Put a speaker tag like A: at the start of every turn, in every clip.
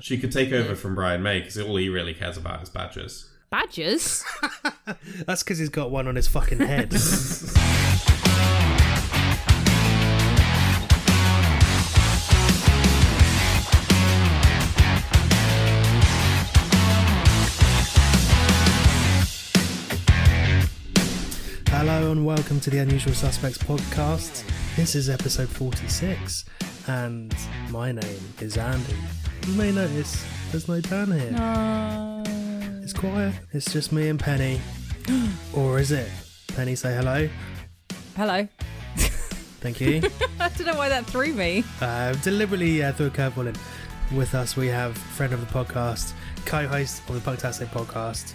A: She could take over from Brian May because all he really cares about is badges.
B: Badgers?
C: That's because he's got one on his fucking head. Hello and welcome to the Unusual Suspects podcast. This is episode 46, and my name is Andy. You may notice there's no Dan here. It's quiet. It's just me and Penny. or is it? Penny, say hello.
B: Hello.
C: Thank you.
B: I don't know why that threw me.
C: uh, deliberately uh, threw a curveball in. With us, we have friend of the podcast, co-host of the Punktastic podcast.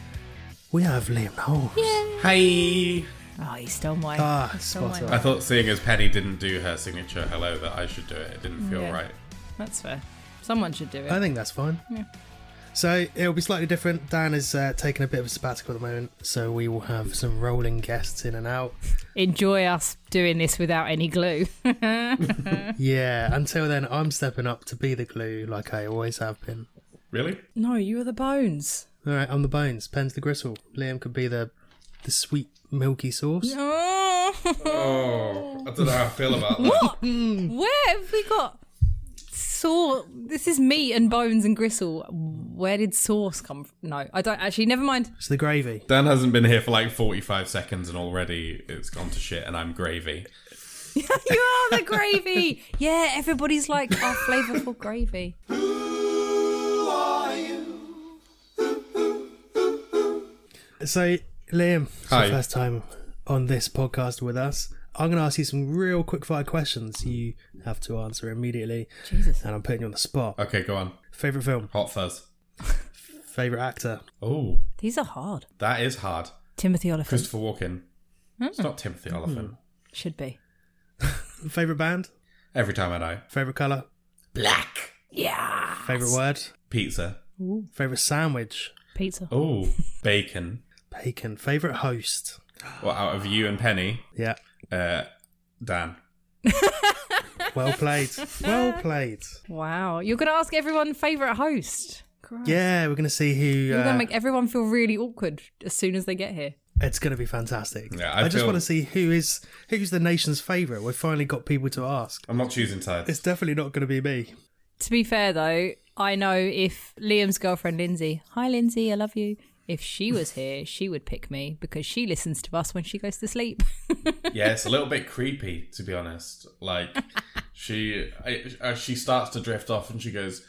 C: We have Liam Knowles.
A: Hey!
B: Oh, he stole my.
C: Ah,
B: he stole
C: spot
B: my-
A: I thought seeing as Penny didn't do her signature hello that I should do it. It didn't feel
B: Yeah.
A: right.
B: That's fair. Someone should do it.
C: I think that's fine.
B: Yeah.
C: So it'll be slightly different. Dan is uh, taking a bit of a sabbatical at the moment, so we will have some rolling guests in and out.
B: Enjoy us doing this without any glue.
C: yeah. Until then, I'm stepping up to be the glue, like I always have been.
A: Really?
B: no, you are the bones.
C: All right, I'm the bones. Pen's the gristle. Liam could be the the sweet milky sauce.
B: Oh.
A: Oh, I don't know how I feel about that.
B: Where have we got saw? This is meat and bones and gristle. Where did sauce come from? No, I don't actually. Never mind.
C: It's the gravy.
A: Dan hasn't been here for like 45 seconds and already it's gone to shit and I'm gravy.
B: you are the gravy. Yeah, everybody's like our flavourful gravy.
C: So, Liam, it's
A: Hi.
C: your first time on this podcast with us. I'm going to ask you some real quick fire questions you have to answer immediately.
B: Jesus.
C: And I'm putting you on the spot.
A: Okay, go on.
C: Favorite film?
A: Hot fuzz.
C: Favorite actor?
A: Oh,
B: These are hard.
A: that is hard.
B: Timothy Oliphant
A: Christopher Walken. It's not Timothy Oliphant.
B: should be.
C: Favorite band?
A: Every time I know.
C: Favorite color?
A: Black.
B: Yeah.
C: Favorite word?
A: Pizza.
C: Favorite sandwich?
B: Pizza.
A: Oh, bacon.
C: Bacon. Favorite host?
A: Well, out of you and Penny,
C: Yeah.
A: uh, Dan.
C: Well played. well played.
B: Wow. You're going to ask everyone favourite host. Christ.
C: Yeah, we're going to see who.
B: You're going
C: Uh,
B: to make everyone feel really awkward as soon as they get here.
C: it's going to be fantastic.
A: Yeah, I
C: I, just
A: feel-
C: want to see who is who's the nation's favorite. We've finally got people to ask.
A: I'm not choosing sides.
C: It's definitely not going to be me.
B: To be fair, though, I know if Liam's girlfriend, Lindsay, hi, Lindsay, I love you. If she was here, she would pick me because she listens to us when she goes to sleep.
A: yeah, it's a little bit creepy to be honest. Like she, I, uh, she starts to drift off, and she goes,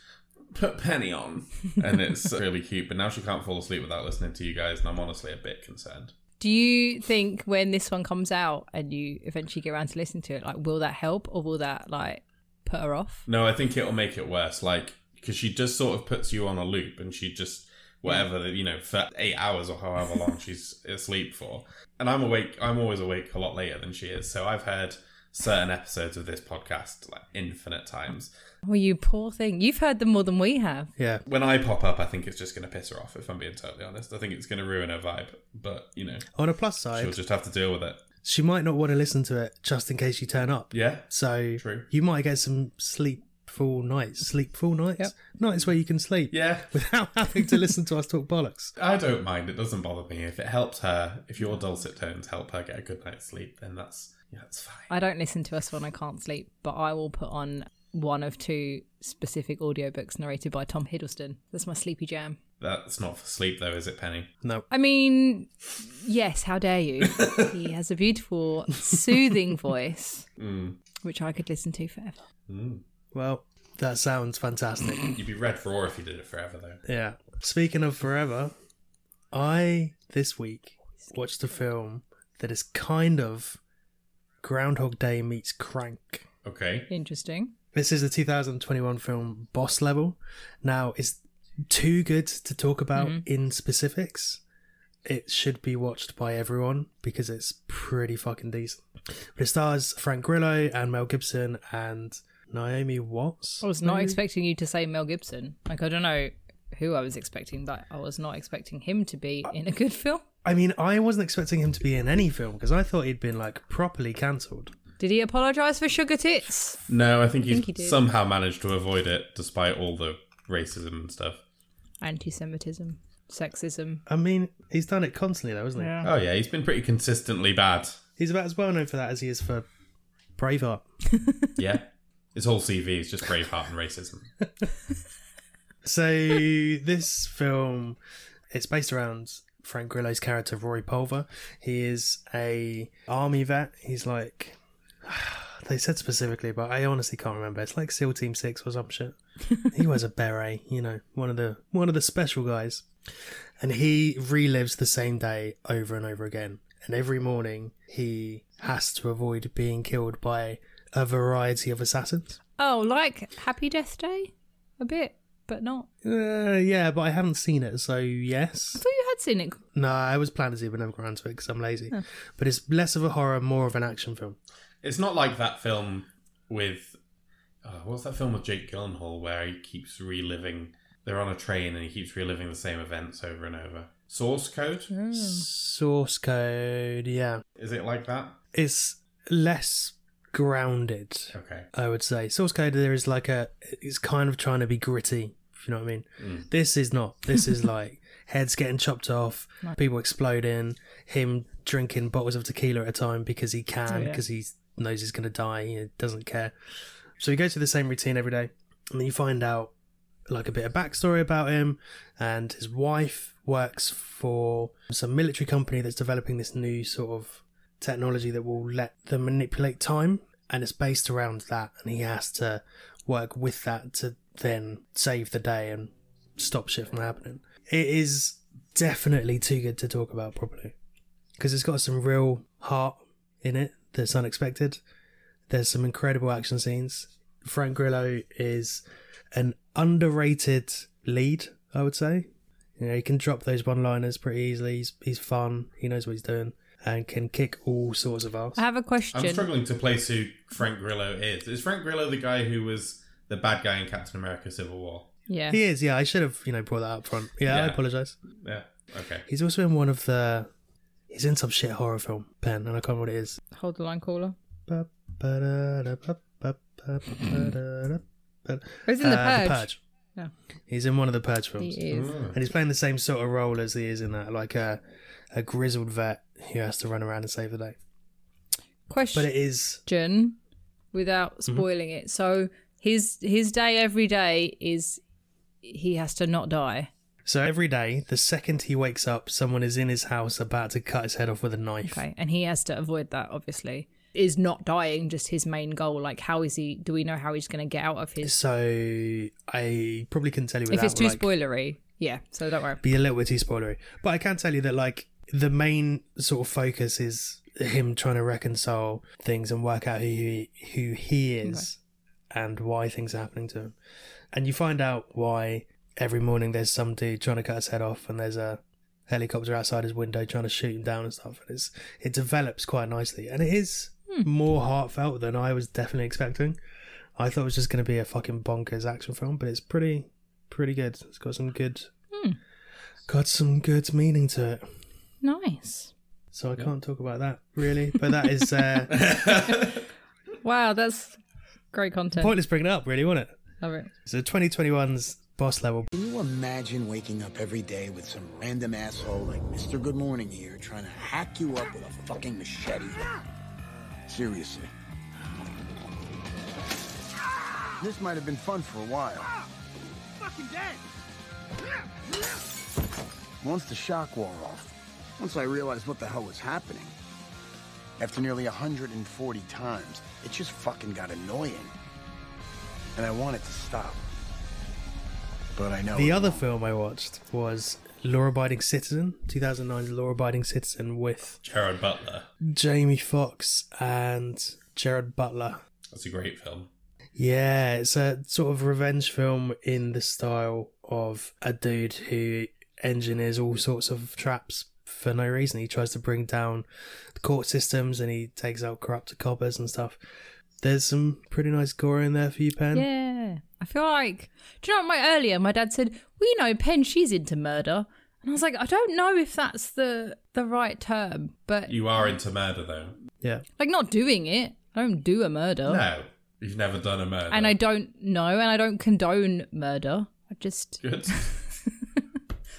A: "Put Penny on," and it's really cute. But now she can't fall asleep without listening to you guys, and I'm honestly a bit concerned.
B: Do you think when this one comes out and you eventually get around to listening to it, like, will that help or will that, like, put her off?
A: No, I think it'll make it worse. Like because she just sort of puts you on a loop, and she just whatever you know for eight hours or however long she's asleep for. And I'm awake. I'm always awake a lot later than she is. So I've heard certain episodes of this podcast like infinite times.
B: Well, you poor thing. You've heard them more than we have.
C: Yeah.
A: when I pop up, I think it's just going to piss her off. If I'm being totally honest, I think it's going to ruin her vibe. But you know,
C: On a plus
A: she'll
C: side,
A: just have to deal with it.
C: she might not want to listen to it just in case you turn up.
A: Yeah,
C: So
A: True.
C: you might get some sleepful nights. Sleepful nights?
B: Yep.
C: Nights where you can sleep
A: yeah.
C: without having to listen to us talk bollocks.
A: I don't mind. It doesn't bother me if it helps her. If your dulcet tones help her get a good night's sleep, then that's yeah, that's fine.
B: I don't listen to us when I can't sleep, but I will put on one of two specific audiobooks narrated by Tom Hiddleston. That's my sleepy jam.
A: That's not for sleep though, is it, Penny?
C: No.
B: I mean, yes, how dare you? he has a beautiful, soothing voice,
A: Mm.
B: which I could listen to forever.
C: Well, that sounds fantastic.
A: You'd be red for ore if you did it forever though.
C: yeah. Speaking of forever, I this week watched a film that is kind of Groundhog Day meets Crank.
A: Okay.
B: Interesting.
C: This is the 2021 film Boss Level. Now, it's too good to talk about in specifics. It should be watched by everyone because it's pretty fucking decent. But it stars Frank Grillo and Mel Gibson and Naomi Watts.
B: I was not expecting you to say Mel Gibson. Like, I don't know who I was expecting, but I was not expecting him to be in a good film.
C: I mean, I wasn't expecting him to be in any film because I thought he'd been like properly cancelled.
B: Did he apologise for sugar tits?
A: No, I think he's
B: think he did.
A: somehow managed to avoid it despite all the racism and stuff.
B: anti-Semitism, sexism.
C: I mean, he's done it constantly, though, hasn't he?
B: Yeah.
A: Oh yeah, he's been pretty consistently bad.
C: He's about as well known for that as he is for Braveheart.
A: Yeah, his whole CV is just Braveheart and racism.
C: So this film, it's based around Frank Grillo's character Rory Pulver. He is a army vet. He's like they said specifically, but I honestly can't remember. It's like SEAL Team Six or some shit. he wears a beret, you know, one of the one of the special guys, and he relives the same day over and over again. And every morning he has to avoid being killed by a variety of assassins.
B: Oh, like Happy Death Day, a bit, but not.
C: Uh, yeah, but I haven't seen it, so yes.
B: I thought you had seen it.
C: No, I was planning to, but never got around to it because I'm lazy. But it's less of a horror, more of an action film.
A: It's not like that film with oh, what's that film with Jake Gyllenhaal where he keeps reliving. They're on a train and he keeps reliving the same events over and over. Source Code
B: Hmm. Oh.
C: Source code, yeah.
A: is it like that?
C: It's less grounded,
A: Okay.
C: I would say. Source code, there is like a. It's kind of trying to be gritty, if you know what I mean. This is not. This is like heads getting chopped off, people exploding, him drinking bottles of tequila at a time because he can,
B: yeah.
C: because he knows he's going to die, he doesn't care. So you go through the same routine every day, and then you find out like a bit of backstory about him and his wife works for some military company that's developing this new sort of technology that will let them manipulate time and it's based around that and he has to work with that to then save the day and stop shit from happening it is definitely too good to talk about properly because it's got some real heart in it that's unexpected there's some incredible action scenes frank grillo is an underrated lead, I would say. You know, he can drop those one liners pretty easily. He's, he's fun. He knows what he's doing and can kick all sorts of ass.
B: I have a
A: I'm
B: question.
A: struggling to place who Frank Grillo is. Is Frank Grillo the guy who was the bad guy in Captain America: Civil War?
B: Yeah.
C: He is, yeah. I should have, you know, brought that up front. Yeah, I
A: Yeah.
C: apologise.
A: Yeah. Okay.
C: He's also in one of the. He's in some shit horror film, Ben, and I can't remember what it is.
B: Hold the line caller.
C: Ba- ba- da- da- ba- ba- ba- ba- da- da- ba-
B: Oh, he's in The
C: Uh,
B: Purge. Yeah.
C: He's in one of the Purge films.
B: He is.
A: Hmm.
C: And he's playing the same sort of role as he is in that, like a, a grizzled vet who has to run around and save the day. But
B: Question
C: it Mm-hmm. is
B: without spoiling it. So his his day every day is he has to not die.
C: so every day, the second he wakes up, someone is in his house about to cut his head off with a knife.
B: Okay. And he has to avoid that, obviously. Is not dying just his main goal? Like, how is he? Do we know how he's going to get out of his.
C: So I probably couldn't tell you without
B: if it's too
C: like,
B: spoilery. Yeah. So don't worry.
C: be a little bit too spoilery. But I can tell you that like the main sort of focus is him trying to reconcile things and work out who he, who he is and why things are happening to him. And you find out why every morning there's some dude trying to cut his head off and there's a helicopter outside his window trying to shoot him down and stuff. And it's it develops quite nicely and it is more heartfelt than I was definitely expecting. I thought it was just going to be a fucking bonkers action film, but it's pretty pretty good. It's got some good got some good meaning to it.
B: Nice.
C: So I can't talk about that really, but that is uh,
B: Wow. That's great content.
C: pointless bringing it up, really, wasn't it?
B: Love it.
C: So 2021's boss level.
D: Can you imagine waking up every day with some random asshole like Mr. Good Morning here trying to hack you up with a fucking machete? Seriously. This might have been fun for a while. Once the shock wore off, once I realized what the hell was happening, after nearly 140 times, it just fucking got annoying. And I wanted to stop. But I know.
C: The
D: it
C: other
D: won't.
C: film I watched was Law Abiding Citizen, 2009's Law Abiding Citizen with
A: Jared Butler.
C: Jamie Foxx and Jared Butler.
A: That's a great film.
C: Yeah, it's a sort of revenge film in the style of a dude who engineers all sorts of traps for no reason. He tries to bring down the court systems and he takes out corrupt coppers and stuff. There's some pretty nice gore in there for you, Pen.
B: Yeah. I feel like do you know what my earlier my dad said, We know Pen, she's into murder and I was like, I don't know if that's the the right term, but
A: You are into murder though.
C: Yeah.
B: like not doing it. I don't do a murder.
A: No, you've never done a murder.
B: And I don't know and I don't condone murder. I just
A: Good.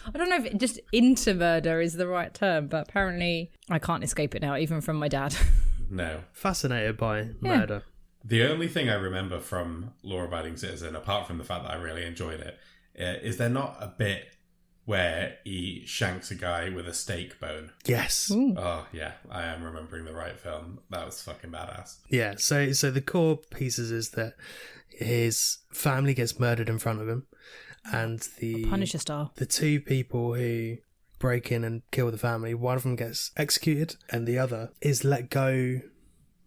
B: I don't know if it, just into murder is the right term, but apparently I can't escape it now, even from my dad.
A: No.
C: Fascinated by murder.
A: The only thing I remember from Law Abiding Citizen, apart from the fact that I really enjoyed it, uh, is there not a bit where he shanks a guy with a steak bone?
C: Yes.
A: Oh, yeah, I am remembering the right film. That was fucking badass.
C: Yeah. So so the core pieces is that his family gets murdered in front of him, and the
B: Punisher style.
C: the two people who break in and kill the family, one of them gets executed, and the other is let go,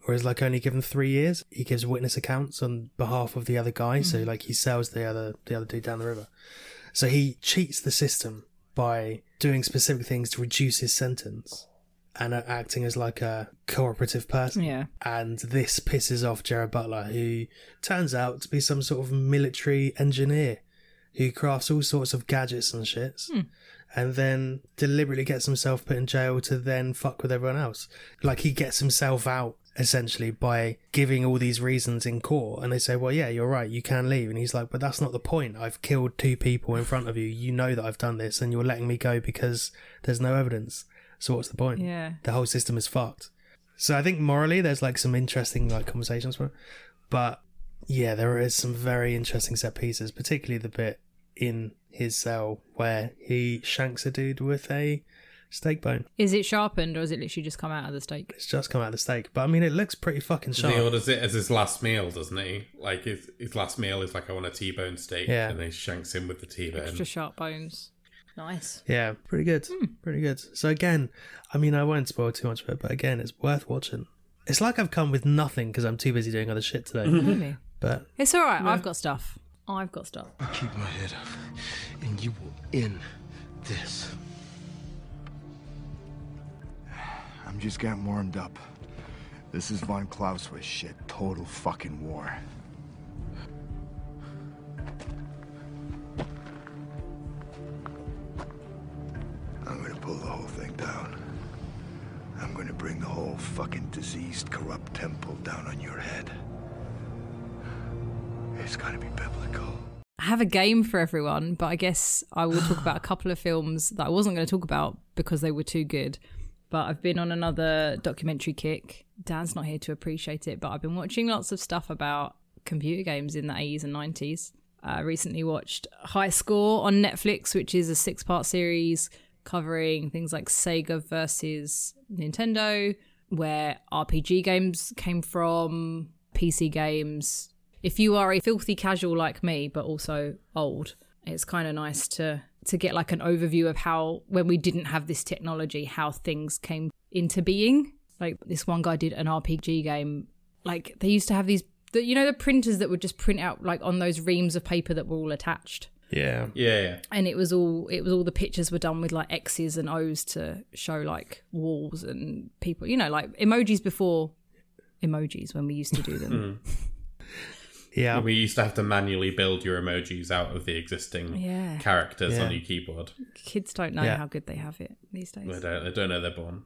C: or is like only given three years. He gives witness accounts on behalf of the other guy, so like he sells the other the other dude down the river. So he cheats the system by doing specific things to reduce his sentence. And uh, acting as like a cooperative person.
B: Yeah.
C: And this pisses off Jared Butler, who turns out to be some sort of military engineer who crafts all sorts of gadgets and shits and then deliberately gets himself put in jail to then fuck with everyone else. Like he gets himself out essentially by giving all these reasons in court and they say, Well yeah, you're right, you can leave and he's like, But that's not the point. I've killed two people in front of you. You know that I've done this and you're letting me go because there's no evidence. So what's the point?
B: Yeah.
C: The whole system is fucked. So I think morally there's like some interesting like conversations from it. But yeah, there is some very interesting set pieces, particularly the bit in his cell where he shanks a dude with a steak bone.
B: Is it sharpened or is it literally just come out of the steak?
C: It's just come out of the steak, but I mean, it looks pretty fucking
A: He
C: sharp.
A: orders it as his last meal, doesn't he? Like his, his last meal is like I want a T-bone steak,
C: Yeah.
A: and they shanks him with the T-bone.
B: Extra sharp bones. Nice.
C: Yeah, pretty good,
A: Hmm.
C: pretty good. So again, I mean, I won't spoil too much of it, but again, it's worth watching. It's like I've come with nothing because I'm too busy doing other shit today.
B: Really?
C: but
B: It's all right. I've got stuff. I've got stuff.
D: Keep my head up, and you will end this. I'm just getting warmed up. This is von Clausewitz shit. Total fucking war. I'm gonna pull the whole thing down. I'm gonna bring the whole fucking diseased, corrupt temple down on your head. It's gonna be biblical.
B: I have a game for everyone, but I guess I will talk about a couple of films that I wasn't going to talk about because they were too good. But I've been on another documentary kick. Dan's not here to appreciate it, but I've been watching lots of stuff about computer games in the 80s and 90s. I recently watched High Score on Netflix, which is a six part series covering things like Sega versus Nintendo, where RPG games came from, PC games, if you are a filthy casual like me but also old it's kind of nice to to get like an overview of how when we didn't have this technology how things came into being like this one guy did an rpg game like they used to have these the, you know the printers that would just print out like on those reams of paper that were all attached
C: yeah,
A: Yeah, yeah.
B: and it was all it was all the pictures were done with like x's and o's to show like walls and people you know like emojis before emojis when we used to do them
C: yeah,
A: We used to have to manually build your emojis out of the existing
B: Yeah.
A: characters
C: Yeah.
A: on your keyboard.
B: kids don't know
C: Yeah.
B: how good they have it these days
A: They don't, they don't know they're born.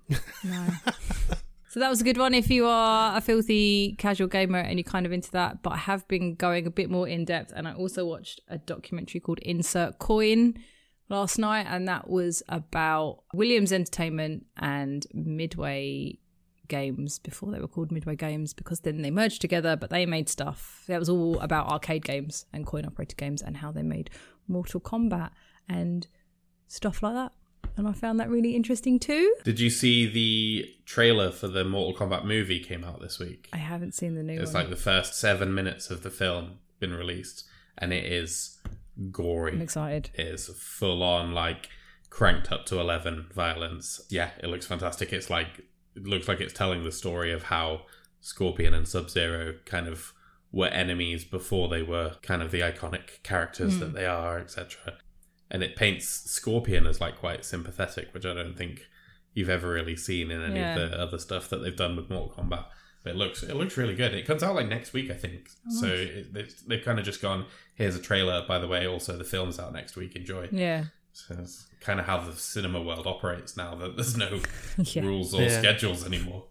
B: So that was a good one if you are a filthy casual gamer and you're kind of into that. But I have been going a bit more in depth, and I also watched a documentary called Insert Coin last night, and that was about Williams Entertainment and Midway Games before they were called Midway Games because then they merged together, but they made stuff. That was all about arcade games and coin operated games and how they made Mortal Kombat and stuff like that. And I found that really interesting too.
A: Did you see the trailer for the Mortal Kombat movie came out this week?
B: I haven't seen the new
A: It's
B: one.
A: like the first seven minutes of the film been released, and it is gory.
B: I'm excited.
A: It is full on like cranked up to eleven violence. Yeah, it looks fantastic. It's like it looks like it's telling the story of how Scorpion and Sub Zero kind of were enemies before they were kind of the iconic characters that they are, etc. And it paints Scorpion as like quite sympathetic, which I don't think you've ever really seen in any
B: Yeah.
A: of the other stuff that they've done with Mortal Kombat. But it looks it looks really good. It comes out like next week, I think.
B: Oh,
A: So it, they- they've kind of just gone. Here's a trailer. By the way, also the film's out next week. Enjoy.
B: Yeah.
A: So it's kind of how the cinema world operates now that there's no
B: Yeah.
A: rules or
C: Yeah.
A: schedules anymore.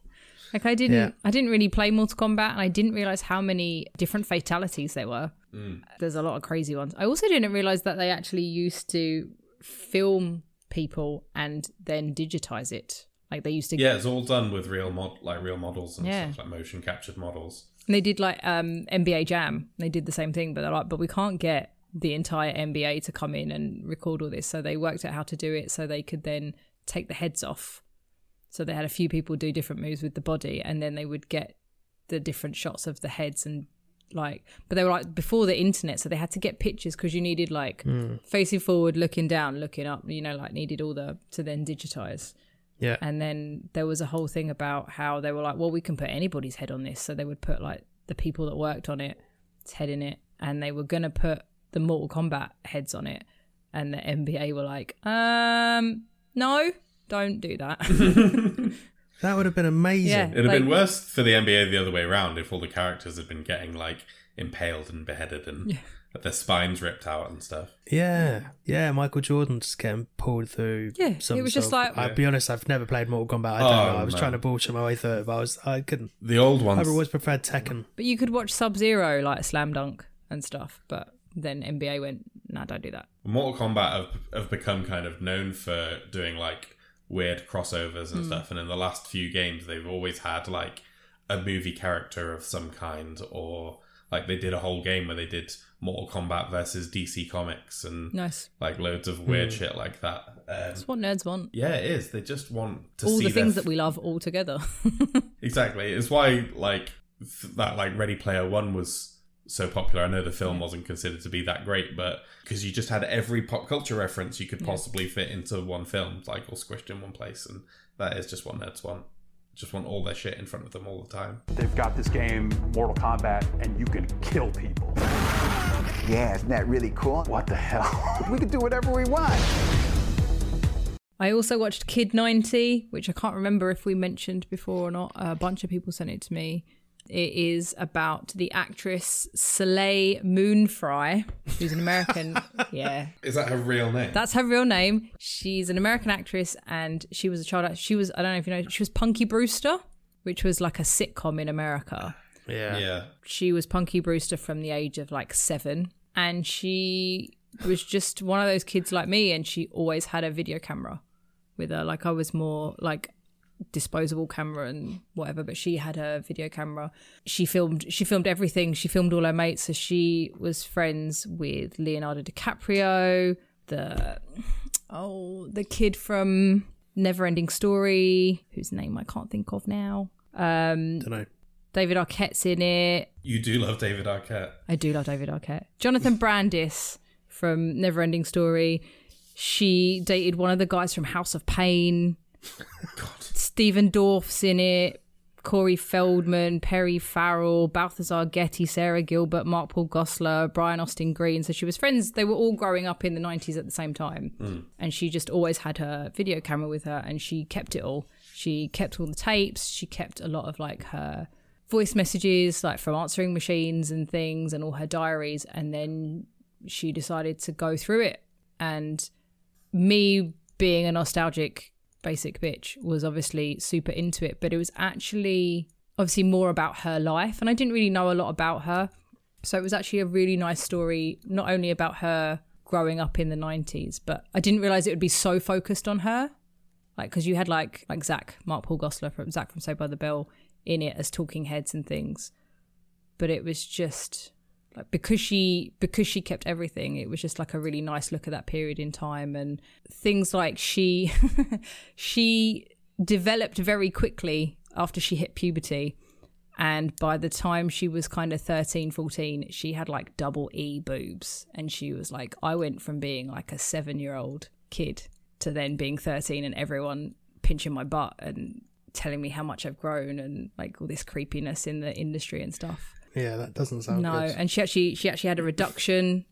B: Like I didn't,
C: Yeah.
B: I didn't really play Mortal Kombat, and I didn't realize how many different fatalities there were.
A: Mm.
B: There's a lot of crazy ones. I also didn't realize that they actually used to film people and then digitize it. Like they used to,
A: Yeah, it's all done with real mod, like real models and
B: Yeah.
A: stuff, like motion captured models.
B: and they did like um, NBA Jam. They did the same thing, but they're like, but we can't get the entire NBA to come in and record all this. So they worked out how to do it, so they could then take the heads off. So they had a few people do different moves with the body, and then they would get the different shots of the heads and like. But they were like before the internet, so they had to get pictures because you needed like facing forward, looking down, looking up. You know, like needed all the to then digitize.
C: Yeah.
B: And then there was a whole thing about how they were like, well, we can put anybody's head on this. So they would put like the people that worked on it, head in it, and they were gonna put the Mortal Kombat heads on it. And the NBA were like, um, no, don't do that.
C: That would have been amazing.
B: Yeah.
A: It'd have been
B: Like-
A: worse for the NBA the other way around if all the characters had been getting like impaled and beheaded and their spines ripped out and stuff.
C: Yeah, yeah. Michael Jordan just getting pulled through.
B: Yeah,
C: some
B: it was just
C: sort of-
B: like-
C: I'll be honest, I've never played Mortal Kombat. I don't
A: Oh,
C: know. I was
A: man.
C: trying to bullshit my way through it, but I was I couldn't.
A: The old
C: I've
A: ones,
C: always preferred Tekken.
B: but you could watch Sub Zero like slam dunk and stuff. But then NBA went, nah, don't do that.
A: Mortal Kombat have, have become kind of known for doing like weird crossovers
B: Hmm.
A: and stuff. And in the last few games, they've always had like a movie character of some kind, or like they did a whole game where they did Mortal Kombat versus DC Comics and
B: Nice.
A: like loads of weird
B: Hmm.
A: shit like that. Um,
B: That's what nerds want.
A: yeah, it is. They just want to
B: all
A: see
B: the
A: their
B: things that we love all together.
A: Exactly. It's why like th- that like Ready Player One was so popular. I know the film wasn't considered to be that great, but because you just had every pop culture reference you could possibly fit into one film, like all squished in one place, and that is just what nerds want. Just want all their shit in front of them all the time.
E: They've got this game, Mortal Kombat, and you can kill people.
D: Yeah, isn't that really cool?
E: What the hell?
D: We can do whatever we want.
B: I also watched Kid 90, which I can't remember if we mentioned before or not. A bunch of people sent it to me. It is about the actress Soleil Moonfry, who's an American. yeah,
A: Is that her real name?
B: that's her real name. She's an American actress, and she was a child. act- She was I don't know if you know. She was Punky Brewster, which was like a sitcom in America
C: Yeah,
A: yeah.
B: she was Punky Brewster from the age of like seven, and she was just one of those kids like me, and she always had a video camera with her. Like I was more like disposable camera and whatever, but she had her video camera. She filmed she filmed everything. She filmed all her mates. So she was friends with Leonardo DiCaprio, the oh the kid from Neverending Story, whose name I can't think of now.
C: don't know.
B: David Arquette's in it.
A: You do love David Arquette.
B: I do love David Arquette. Jonathan Brandis from Neverending Story. She dated one of the guys from House of Pain. Stephen Dorff's in it. Corey Feldman, Perry Farrell, Balthazar Getty, Sarah Gilbert, Mark Paul Gossler, Brian Austin Green. So she was friends. They were all growing up in the 90s at the same time. And she just always had her video camera with her and she kept it all. She kept all the tapes. She kept a lot of like her voice messages like from answering machines and things and all her diaries and then she decided to go through it and me being a nostalgic basic bitch was obviously super into it but it was actually obviously more about her life and I didn't really know a lot about her so it was actually a really nice story not only about her growing up in the 90s but I didn't realize it would be so focused on her like because you had like like Zach Mark Paul Gossler from Zach from So by the Bell in it as talking heads and things, but it was just like because she because she kept everything, it was just like a really nice look at that period in time and things like she she developed very quickly after she hit puberty and by the time she was kind of 13 14 she had like double e boobs and she was like i went from being like a seven year old kid to then being 13 and everyone pinching my butt and telling me how much i've grown and like all this creepiness in the industry and stuff
C: Yeah, that doesn't sound
B: no
C: Oh, good.
B: and she actually she actually had a reduction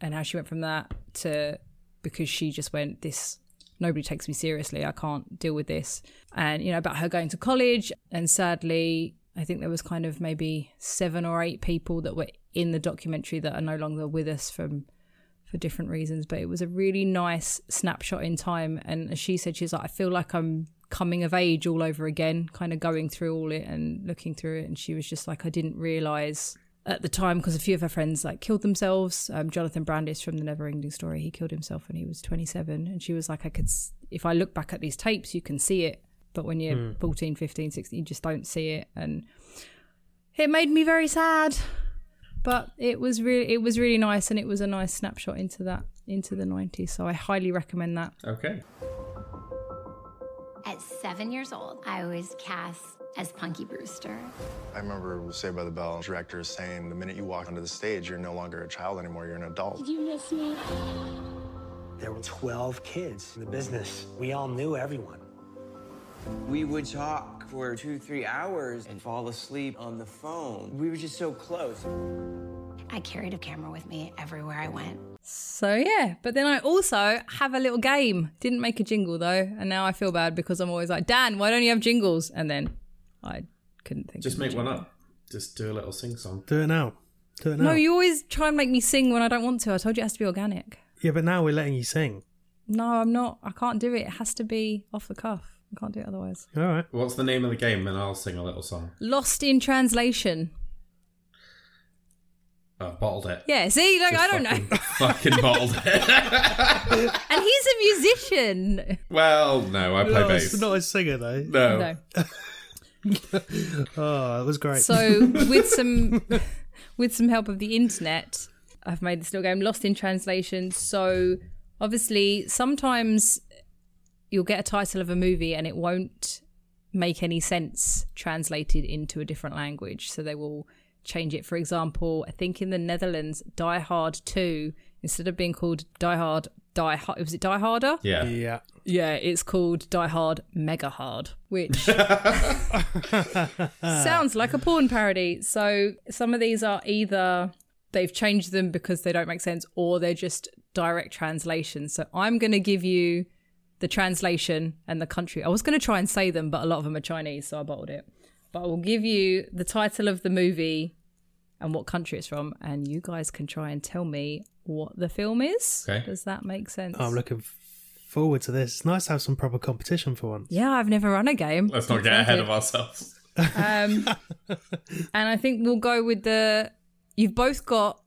B: and how she went from that to because she just went this nobody takes me seriously i can't deal with this and you know about her going to college and sadly i think there was kind of maybe seven or eight people that were in the documentary that are no longer with us from for different reasons but it was a really nice snapshot in time and as she said she's like i feel like i'm coming of age all over again, kind of going through all it and looking through it. And she was just like, I didn't realize at the time because a few of her friends like killed themselves. Um, Jonathan Brandis from the Never Ending Story, he killed himself when he was 27. And she was like, I could, s- if I look back at these tapes, you can see it. But when you're 14, 15, 16, you just don't see it. And it made me very sad. But it was really, it was really nice, and it was a nice snapshot into that, into the '90s. So I highly recommend that.
A: Okay.
F: At seven years old, I was cast as Punky Brewster.
G: I remember with Saved by the Bell director saying, the minute you walk onto the stage, you're no longer a child anymore, you're an adult.
H: You miss me?
I: There were 12 kids in the business. We all knew everyone.
J: We would talk for two, three hours and fall asleep on the phone. We were just so close.
F: I carried a camera with me everywhere I went.
B: So yeah, but then I also have a little game. Didn't make a jingle though, and now I feel bad because I'm always like, Dan, why don't you have jingles? And then I couldn't think.
A: Just
B: of a
A: make one
B: jingle.
A: up. Just do a little sing song.
C: Do it now. Do it now.
B: No, you always try and make me sing when I don't want to. I told you it has to be organic.
C: yeah, but now we're letting you sing.
B: No, I'm not. I can't do it. It has to be off the cuff. I can't do it otherwise.
C: All right.
A: What's the name of the game? And I'll sing a little song.
B: Lost in translation.
A: Oh, bottled it.
B: Yeah. See, like
A: Just
B: I don't
A: fucking,
B: know.
A: Fucking bottled it.
B: And he's a musician.
A: well, no, I play
C: No,
A: bass.
C: it's not a singer though.
A: no.
B: No.
C: Oh, it was great.
B: So with some with some help of the internet, I've made this little game lost in translation. So obviously sometimes you'll get a title of a movie and it won't make any sense translated into a different language. So they will change it. For example, I think in the Netherlands, Die Hard 2, instead of being called Die Hard, Die Hard, was it Die Harder?
A: Yeah.
C: yeah.
B: Yeah, it's called Die Hard Mega Hard, which sounds like a porn parody. So some of these are either they've changed them because they don't make sense or they're just direct translations. So I'm going to give you the translation and the country. I was going to try and say them, but a lot of them are Chinese, so I bottled it. But I will give you the title of the movie and what country it's from, and you guys can try and tell me what the film is.
A: Okay.
B: Does that make sense?
C: I'm looking f- forward to this. It's nice to have some proper competition for once.
B: Yeah, I've never run a game.
A: Let's not get ahead of ourselves.
B: Um, and I think we'll go with the. You've both got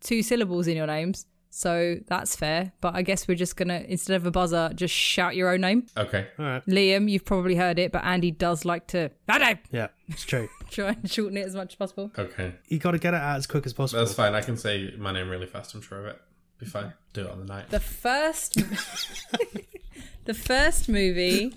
B: two syllables in your names, so that's fair. But I guess we're just gonna instead of a buzzer, just shout your own name.
A: Okay.
C: All right.
B: Liam, you've probably heard it, but Andy does like to I don't know,
C: Yeah, it's true.
B: try and shorten it as much as possible.
A: Okay.
C: you got to get it out as quick as possible.
A: That's fine. I can say my name really fast. I'm sure of it. Be fine. Do it on the night.
B: The first, the first movie.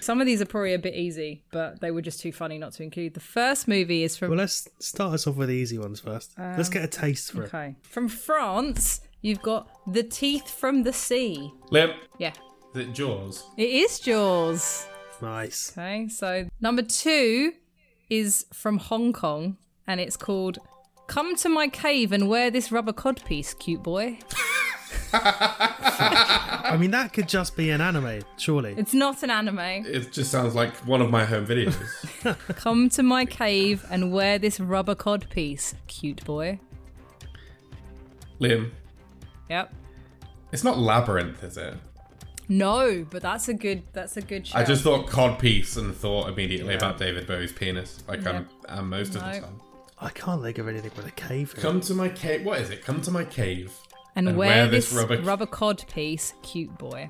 B: Some of these are probably a bit easy, but they were just too funny not to include. The first movie is from
C: Well, let's start us off with the easy ones first. let's get a taste for
B: Um, Okay. From France, you've got The Teeth from the Sea.
A: Limp.
B: Yeah.
A: Is it Jaws?
B: It is Jaws.
C: it. Nice.
B: Okay, so number two is from Hong Kong and it's called Come to My Cave and Wear This Rubber Codpiece, Cute Boy.
C: I mean, that could just be an anime, surely.
B: It's not an anime.
A: It just sounds like one of my home videos.
B: Come to My Cave and Wear This Rubber Codpiece, Cute Boy.
A: Liam.
B: Yep.
A: It's not labyrinth, is it?
B: No, but that's a good that's a good show.
A: I just thought codpiece and thought immediately about David Bowie's penis, like I'm, I'm most of the
B: No.
A: time.
C: I can't think of anything with a cave. in it.
A: Come to my cave. What is it? Come to my cave.
B: and, wear, this, rubber... codpiece, cute boy.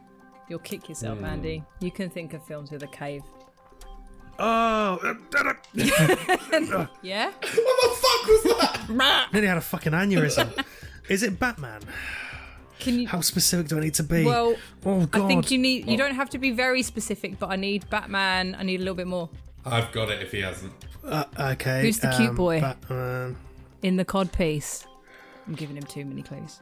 B: You'll kick yourself, Andy. You can think of films with a cave.
C: Oh,
B: Yeah?
C: nearly had a fucking aneurysm. Is it Batman?
B: Can you
C: How specific do I need to be?
B: Well,
C: oh god.
B: I think you need. You don't have to be very specific, but I need Batman. I need a little bit more
A: I've got it. If he hasn't,
C: Uh, okay. um,
B: Who's the cute boy?
C: Batman.
B: in the cod piece. I'm giving him too many clues.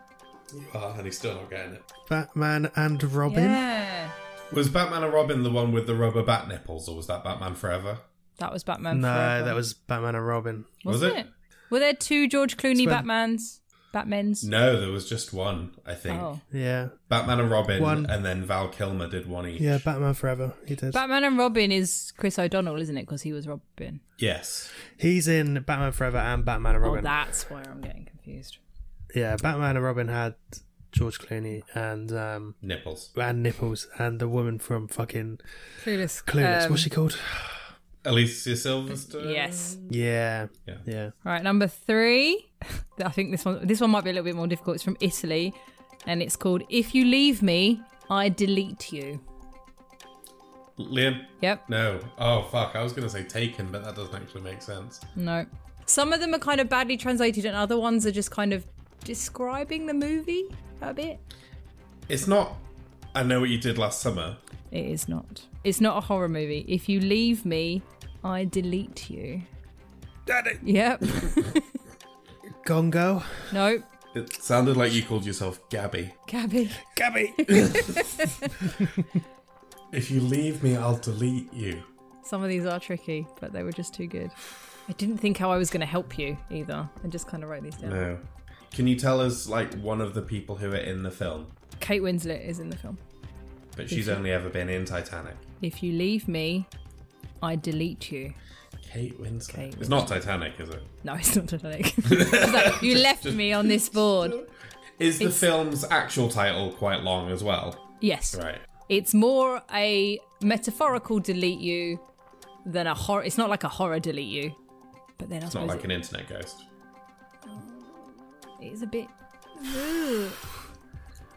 A: oh, and he's still not getting it.
C: Batman and Robin.
B: Yeah,
A: Was Batman and Robin the one with the rubber bat nipples, or was that Batman Forever?
B: that was Batman.
C: No,
B: Forever.
C: that was Batman and Robin.
A: Was
B: Wasn't
A: it?
B: Were there two George Clooney
C: It's when-
B: Batmans? Batmans?
A: No, there was just one. I think
B: Oh,
C: Yeah,
A: Batman and Robin,
C: One.
A: and then Val Kilmer did one each.
C: yeah, Batman Forever. He did.
B: Batman and Robin is Chris O'Donnell, isn't it? Because he was Robin.
A: Yes.
C: He's in Batman Forever and Batman and Robin.
B: Oh, that's why I'm getting confused.
C: Yeah, Batman and Robin had George Clooney and um
A: Nipples.
C: and nipples and the woman from fucking
B: Clueless.
C: Clueless.
B: Um,
C: What's she called?
A: Alicia Silverstone.
B: Yes.
C: Yeah,
A: Yeah.
C: yeah.
B: Right, number three. I think this one this one might be a little bit more difficult. It's from Italy, and it's called "If You Leave Me, I Delete You."
A: Liam.
B: Yep.
A: No. Oh fuck! I was gonna say Taken, but that doesn't actually make sense.
B: No. Some of them are kind of badly translated, and other ones are just kind of describing the movie a bit.
A: It's not. I know what you did last summer.
B: It is not. It's not a horror movie. If you leave me, I delete you. Daddy. Yep.
C: Gongo,
B: nope.
A: It sounded like you called yourself Gabby.
B: Gabby.
C: Gabby.
A: If you leave me, I'll delete you.
B: Some of these are tricky, but they were just too good. I didn't think how I was going to help you either. I just kind of wrote these down.
A: No. Can you tell us like one of the people who are in the film?
B: Kate Winslet is in the film.
A: But she's only ever been in Titanic.
B: If you leave me, I delete you.
A: Kate Winslet.
B: Kate
A: It's not Titanic, is it?
B: No, it's not Titanic. It's like, you left me on this board.
A: Is the
B: It's-
A: film's actual title quite long as well?
B: Yes.
A: Right.
B: It's more a metaphorical delete you than a horror. It's not like a horror delete you, but then I
A: It's not
B: suppose
A: like
B: it-
A: an internet ghost.
B: it is a bit.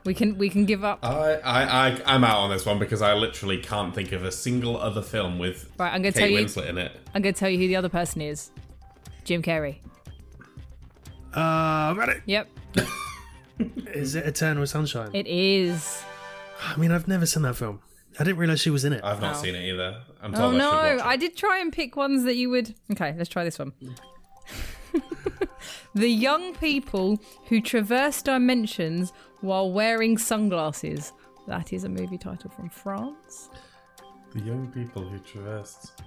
B: we can we can give up.
A: I, I, I, I'm out on this one because I literally can't think of a single other film with
B: Right, I'm gonna
A: Kate
B: tell you.
A: Winslet in it.
B: I'm gonna tell you who the other person is. Jim Carrey.
C: uh, Reddit.
B: Yep,
C: Is it Eternal Sunshine?
B: it is.
C: I mean, I've never seen that film. I didn't realize she was in it.
A: I've not
B: Oh.
A: seen it either. I'm
B: Oh
A: told
B: no,
A: I should watch
B: I
A: it.
B: did try and pick ones that you would. Okay, let's try this one. the young people who traverse dimensions while wearing sunglasses. That is a movie title from France.
A: The young people who traversed.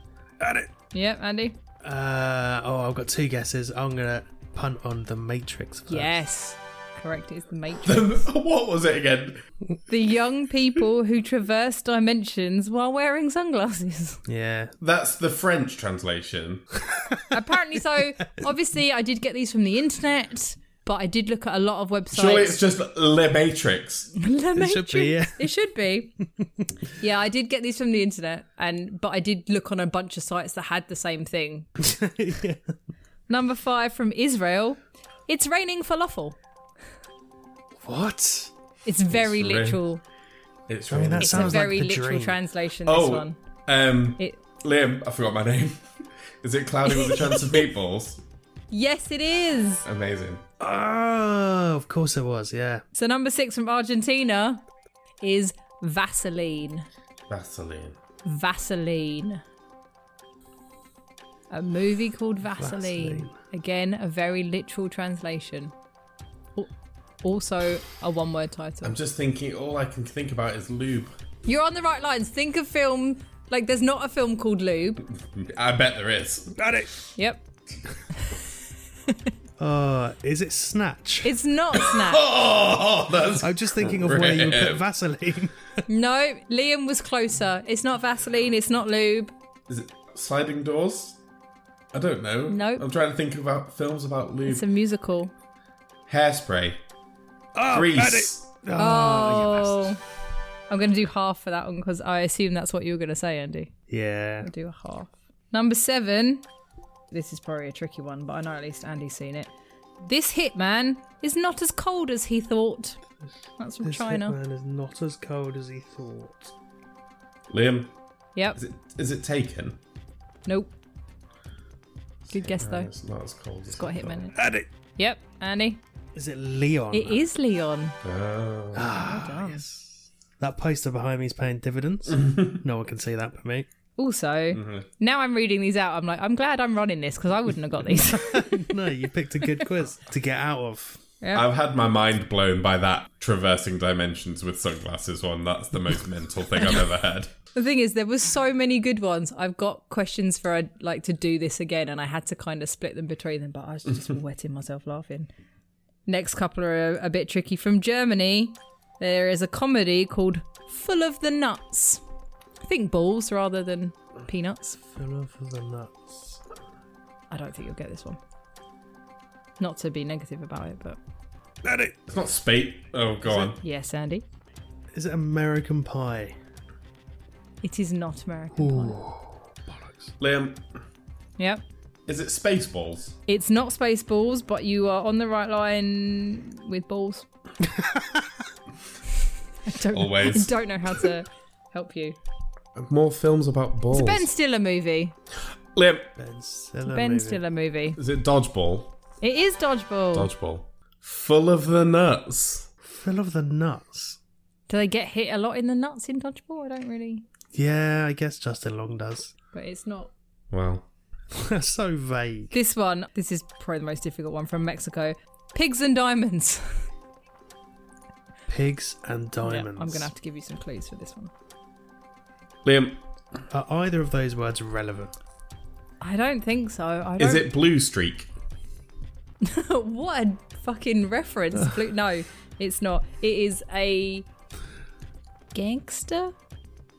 B: Yep, Andy.
C: Uh, oh, I've got two guesses. I'm gonna punt on The Matrix. First.
B: Yes. Correct, it's the Matrix.
A: what was it again?
B: the young people who traverse dimensions while wearing sunglasses.
C: Yeah.
A: That's the French translation.
B: Apparently, so obviously, I did get these from the internet, but I did look at a lot of websites.
A: Surely it's just Le Matrix.
B: The
C: It should be,
B: Matrix.
C: yeah.
B: It should be. yeah, I did get these from the internet, and but I did look on a bunch of sites that had the same thing. Number five from Israel. It's raining falafel.
C: What?
B: It's very
A: rain-
B: literal.
A: It's
C: I mean, that
A: really-
B: It's
C: sounds
B: a very
C: like the
B: literal
C: dream.
B: translation. This
A: Oh,
B: one.
A: um,
B: It,
A: Liam, I forgot my name. Is it Cloudy with a Chance of Meatballs?
B: yes, it is.
A: Amazing.
C: oh, of course it was. Yeah.
B: So number six from Argentina is Vaseline.
A: Vaseline.
B: Vaseline. A movie called Vaseline.
C: Vaseline.
B: Again, a very literal translation. Al- Also, a one word title.
A: I'm just thinking, all I can think about is lube.
B: You're on the right lines. Think of film. Like, there's not a film called Lube.
A: I bet there is.
B: Yep.
C: Uh, is it Snatch?
B: It's not Snatch.
A: Oh, that's
C: I'm just thinking of where you would put
A: Rip.
C: Vaseline.
B: no, Liam was closer. It's not Vaseline. It's not Lube.
A: Is it sliding doors? I don't know.
B: Nope.
A: I'm trying to think about films about lube.
B: It's a musical.
A: Hairspray. Ah,
C: Oh,
A: Grease.
C: Oh,
B: Oh. I'm going to do half for that one because I assume that's what you were going to say, Andy.
C: yeah.
B: I'll do a half. Number seven. This is probably a tricky one, but I know at least Andy's seen it. This hitman is not as cold as he thought. That's from
C: This
B: China.
C: hitman is not as cold as he thought.
A: Liam,
B: Yep.
A: is it, is it taken?
B: Nope. Good guess
A: No,
B: though.
A: It's not as cold as
B: It's got
A: I
B: hitman. In. it.
C: And it-
B: Yep, Andy.
C: Is it Leon?
B: It is Leon.
A: thought. Oh.
C: Ah, yes. That poster behind me is paying dividends. no one can see that but me.
B: Also,
A: Mm-hmm.
B: now I'm reading these out. I'm like, I'm glad I'm running this because I wouldn't have got these.
C: No, you picked a good quiz to get out of.
A: I've had my mind blown by that traversing dimensions with sunglasses one. That's the most mental thing I've ever heard.
B: The thing is, there was so many good ones. I've got questions for I'd like to do this again, and I had to kind of split them between them. But I was just wetting myself laughing. Next couple are a, a bit tricky. From Germany, there is a comedy called "Full of the Nuts." I think balls rather than peanuts.
C: Fell off of the nuts.
B: I don't think you'll get this one. Not to be negative about it, but
C: That it.
A: It's not spate. Oh, go on.
B: Yes, Andy.
C: Is it American Pie?
B: It is not American.
C: Ooh.
A: Liam,
B: Yep.
A: is it Spaceballs?
B: It's not Spaceballs, but you are on the right line with balls. I don't,
A: Always.
B: I don't know how to help you.
A: More films about balls.
B: Ben Stiller movie.
A: Liam,
C: Ben Stiller.
B: ben
C: movie.
B: Stiller movie.
A: is it Dodgeball?
B: It is Dodgeball.
A: Dodgeball. Full of the nuts.
C: Full of the nuts.
B: Do they get hit a lot in the nuts in Dodgeball? I don't really.
C: Yeah, I guess Justin Long does.
B: But it's not.
A: Wow.
C: That's so vague.
B: This one, this is probably the most difficult one from Mexico. Pigs and Diamonds.
C: Pigs and
B: Yeah,
C: diamonds.
B: I'm going to have to give you some clues for this one.
A: Liam,
C: Are either of those words relevant?
B: I don't think so. I don't...
A: is it Blue Streak?
B: what a fucking reference. Blue- no, it's not. It is a gangster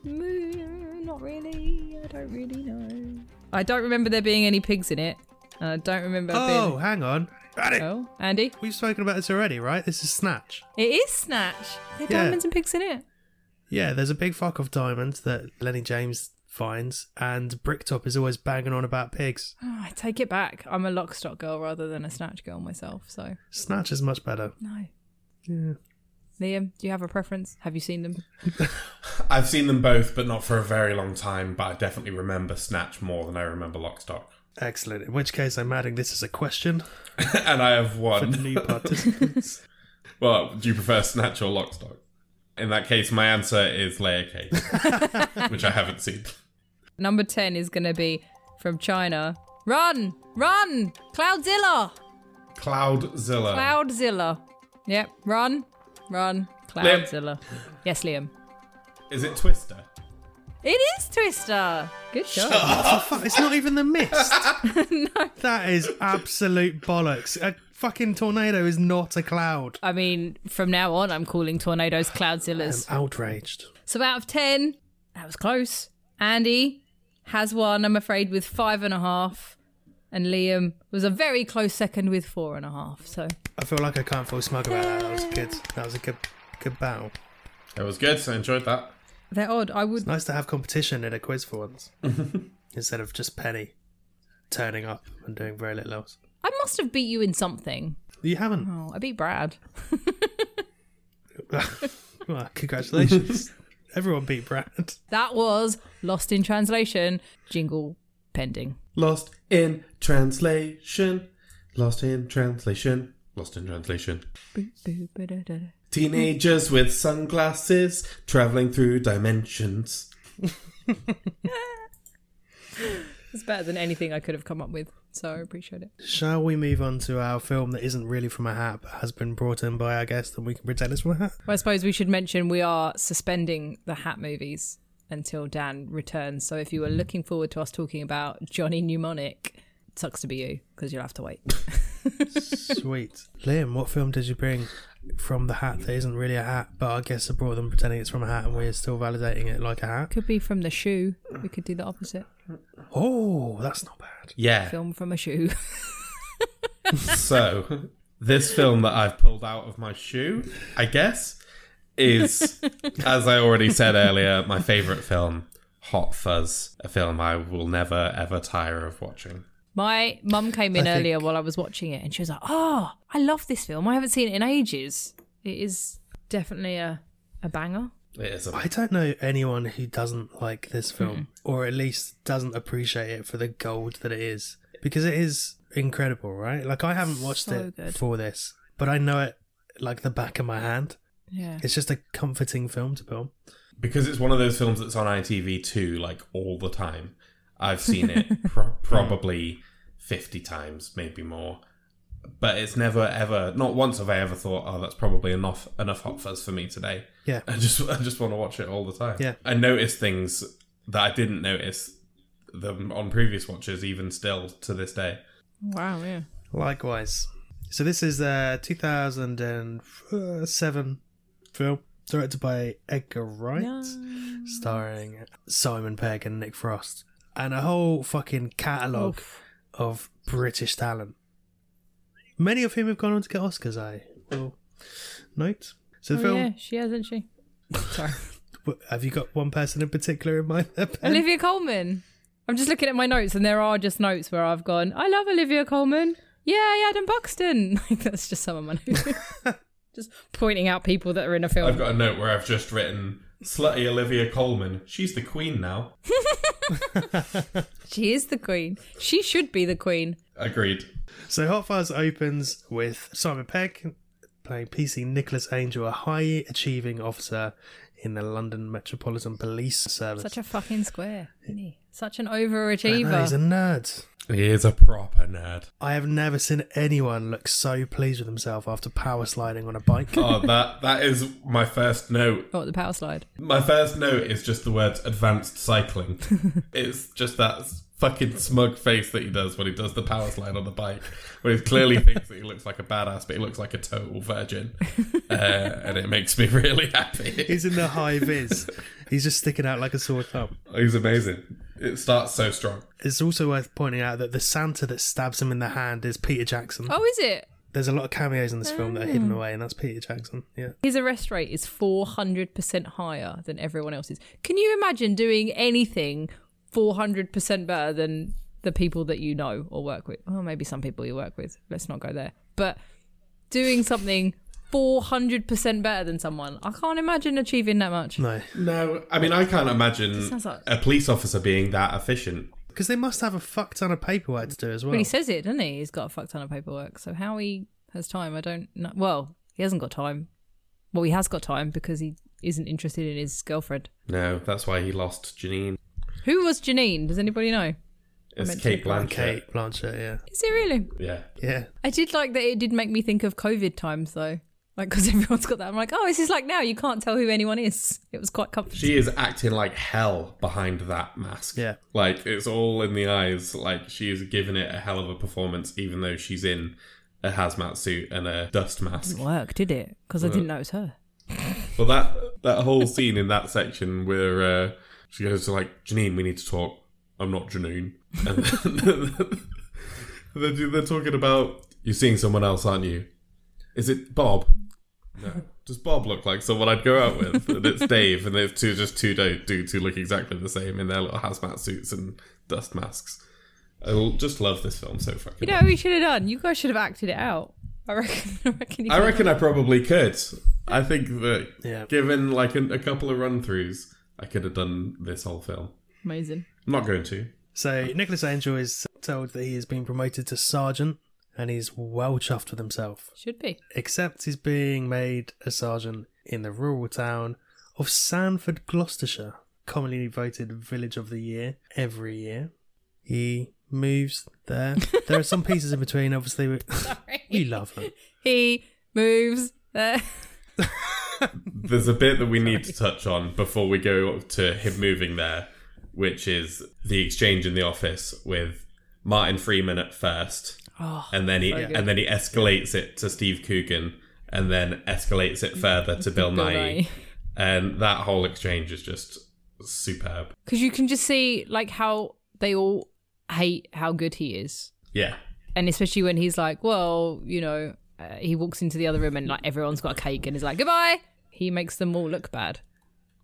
B: movie. Not really. I don't really know. I don't remember there being any pigs in it. And I don't remember.
C: Oh,
B: being...
C: hang on. Got it.
B: oh, Andy.
C: We've spoken about this already, right? This is Snatch.
B: It is Snatch. There are
C: Yeah.
B: diamonds and pigs in it.
C: Yeah, there's a big fuck of diamonds that Lenny James finds, and Bricktop is always banging on about pigs.
B: Oh, I take it back. I'm a lock stock girl rather than a snatch girl myself. So
C: Snatch is much better.
B: no.
C: Yeah.
B: Liam, do you have a preference? Have you seen them?
A: I've seen them both, but not for a very long time. But I definitely remember Snatch more than I remember Lockstock.
C: Excellent. In which case, I'm adding this as a question
A: and I have
C: for
A: won.
C: new participants.
A: Well, do you prefer Snatch or Lockstock? In that case, my answer is Layer Cake, which I haven't seen.
B: Number ten is going to be from China. Run, run, Cloudzilla.
A: Cloudzilla.
B: Cloudzilla. Yep, run, run, Cloudzilla. Yes, Liam.
A: Is it Twister?
B: It is Twister. Good job.
C: oh, fuck, it's not even the mist. That is absolute bollocks. A fucking tornado is not a cloud.
B: I mean, from now on, I'm calling tornadoes
C: I'm
B: Cloudzillas.
C: outraged.
B: So out of ten, that was close. Andy has one, I'm afraid, with five and a half. And Liam was a very close second with four and a half. So
C: I feel like I can't feel smug about that. That was good. That was a good, good battle.
A: It was good. So I enjoyed that.
B: they're odd. I would
C: Nice to have competition in a quiz for once, instead of just Penny turning up and doing very little else.
B: I must have beat you in something.
C: You haven't.
B: Oh, I beat Brad.
C: Well, congratulations. Everyone beat Brad.
B: That was Lost in Translation. Jingle pending.
A: Lost in translation. Lost in translation. Lost in translation. Teenagers with sunglasses traveling through dimensions.
B: It's better than anything I could have come up with, so I appreciate it.
C: Shall we move on to our film that isn't really from a hat but has been brought in by our guest and we can pretend it's from a hat?
B: Well, I suppose we should mention we are suspending the hat movies until Dan returns. So if you were looking forward to us talking about Johnny Mnemonic, sucks to be you because you'll have to wait.
C: Sweet. Liam, what film did you bring from the hat that isn't really a hat but our guests have brought them pretending it's from a hat and we're still validating it like a hat?
B: Could be from the shoe. We could do the opposite.
C: Oh, that's not bad.
A: Yeah.
B: Film from a shoe.
A: So, this film that I've pulled out of my shoe, I guess, is, as I already said earlier, my favourite film, Hot Fuzz, a film I will never, ever tire of watching.
B: My mum came in
C: I
B: earlier
C: think-
B: while I was watching it and she was like, Oh, I love this film. I haven't seen it in ages. It is definitely a, a banger.
A: It is a
C: I don't know anyone who doesn't like this film or at least doesn't appreciate it for the gold that it is because it is incredible, right? Like, I haven't watched
B: So
C: it
B: good.
C: for this, but I know it like the back of my hand.
B: Yeah.
C: It's just a comforting film to film.
A: because it's one of those films that's on ITV2 like all the time. I've seen it pro- probably 50 times, maybe more. But it's never ever not once have I ever thought, oh, that's probably enough enough hot fuzz for me today.
C: Yeah.
A: I just I just want to watch it all the time.
C: Yeah.
A: I notice things that I didn't notice them on previous watches even still to this day.
B: Wow, yeah.
C: Likewise. So this is a 2007 film directed by Edgar Wright, starring Simon Pegg and Nick Frost, and a whole fucking catalogue of British talent. Many of whom have gone on to get Oscars. I little note. So the
B: Oh,
C: film.
B: yeah, she has, isn't she? Sorry.
C: w- Have you got one person in particular in mind? There, Ben?
B: Olivia Coleman. I'm just looking at my notes, and there are just notes where I've gone, I love Olivia Coleman. Yay, Adam Buxton. Like, that's just some of my notes. just pointing out people that are in a film.
A: I've got a note where I've just written slutty Olivia Coleman. She's the queen now.
B: She is the queen. She should be the queen.
A: Agreed.
C: So Hot Fuzz opens with Simon Pegg playing PC Nicholas Angel, a high achieving officer in the London Metropolitan Police Service.
B: Such a fucking square, isn't he? Such an
C: I know, he's a
B: overachiever.
C: nerd.
A: He is a proper nerd.
C: I have never seen anyone look so pleased with himself after power sliding on a bike.
A: Oh, that that is my first note.
B: Oh, the power slide.
A: My first note is just the words advanced cycling. it's just that fucking smug face that he does when he does the power slide on the bike, where he clearly thinks that he looks like a badass, but he looks like a total virgin. Uh, and it makes me really happy.
C: He's in the high viz. He's just sticking out like a sore thumb.
A: He's amazing. It starts so strong.
C: It's also worth pointing out that the Santa that stabs him in the hand is Peter Jackson.
B: Oh, is it?
C: There's a lot of cameos in this film that are hidden away, and that's Peter Jackson. Yeah.
B: His arrest rate is 400% higher than everyone else's. Can you imagine doing anything 400% better than the people that you know or work with? Well, maybe some people you work with. Let's not go there. But doing something 400% better than someone, I can't imagine achieving that much.
C: No.
A: No, I mean, I can't imagine
B: sounds like-
A: a police officer being that efficient.
C: Because they must have a fuck ton of paperwork to do as well.
B: But he says it, doesn't he? He's got a fuck ton of paperwork. So how he has time, I don't know. Well, he hasn't got time. Well, he has got time because he isn't interested in his girlfriend.
A: No, that's why he lost Janine.
B: Who was Janine? Does anybody know?
A: It's
B: meant to
A: Kate
B: be
A: Blanchett.
C: Kate Blanchett, yeah.
B: Is it really?
A: Yeah.
C: Yeah.
B: I did like that it did make me think of COVID times though. Like, because everyone's got that. I'm like, oh, this is like now. You can't tell who anyone is. It was quite comforting.
A: She is acting like hell behind that mask.
C: Yeah.
A: Like it's all in the eyes. Like she is giving it a hell of a performance, even though she's in a hazmat suit and a dust mask.
B: didn't work, did it? Because I didn't know it was her.
A: Well, that that whole scene in that section where uh, she goes to like Janine, we need to talk. I'm not Janine, and then, they're, they're talking about you're seeing someone else, aren't you? Is it Bob? No. Does Bob look like someone I'd go out with? And it's Dave, and it's two just two do- dudes who look exactly the same in their little hazmat suits and dust masks. I l- just love this film so fucking.
B: You know
A: much.
B: what we should have done? You guys should have acted it out. I reckon. I reckon. You
A: I
B: could-
A: reckon I probably could. I think that
C: Yeah.
A: given like a, a couple of run throughs, I could have done this whole film.
B: Amazing.
A: I'm not going to.
C: So Nicholas Angel is told that he has been promoted to sergeant and he's well chuffed with himself.
B: Should be.
C: Except he's being made a sergeant in the rural town of Sanford, Gloucestershire, commonly voted Village of the Year every year. He moves there. there are some pieces in between, obviously. We, we love them.
B: He moves there.
A: There's a bit that we need to touch on before we go to him moving there, which is the exchange in the office with Martin Freeman at first, and then he and then he escalates it to Steve Coogan, and then escalates it further to Bill Nye, and that whole exchange is just superb.
B: Because you can just see like how they all hate how good he is.
A: Yeah,
B: and especially when he's like, well, you know, uh, he walks into the other room and like everyone's got a cake and he's like, goodbye. He makes them all look bad.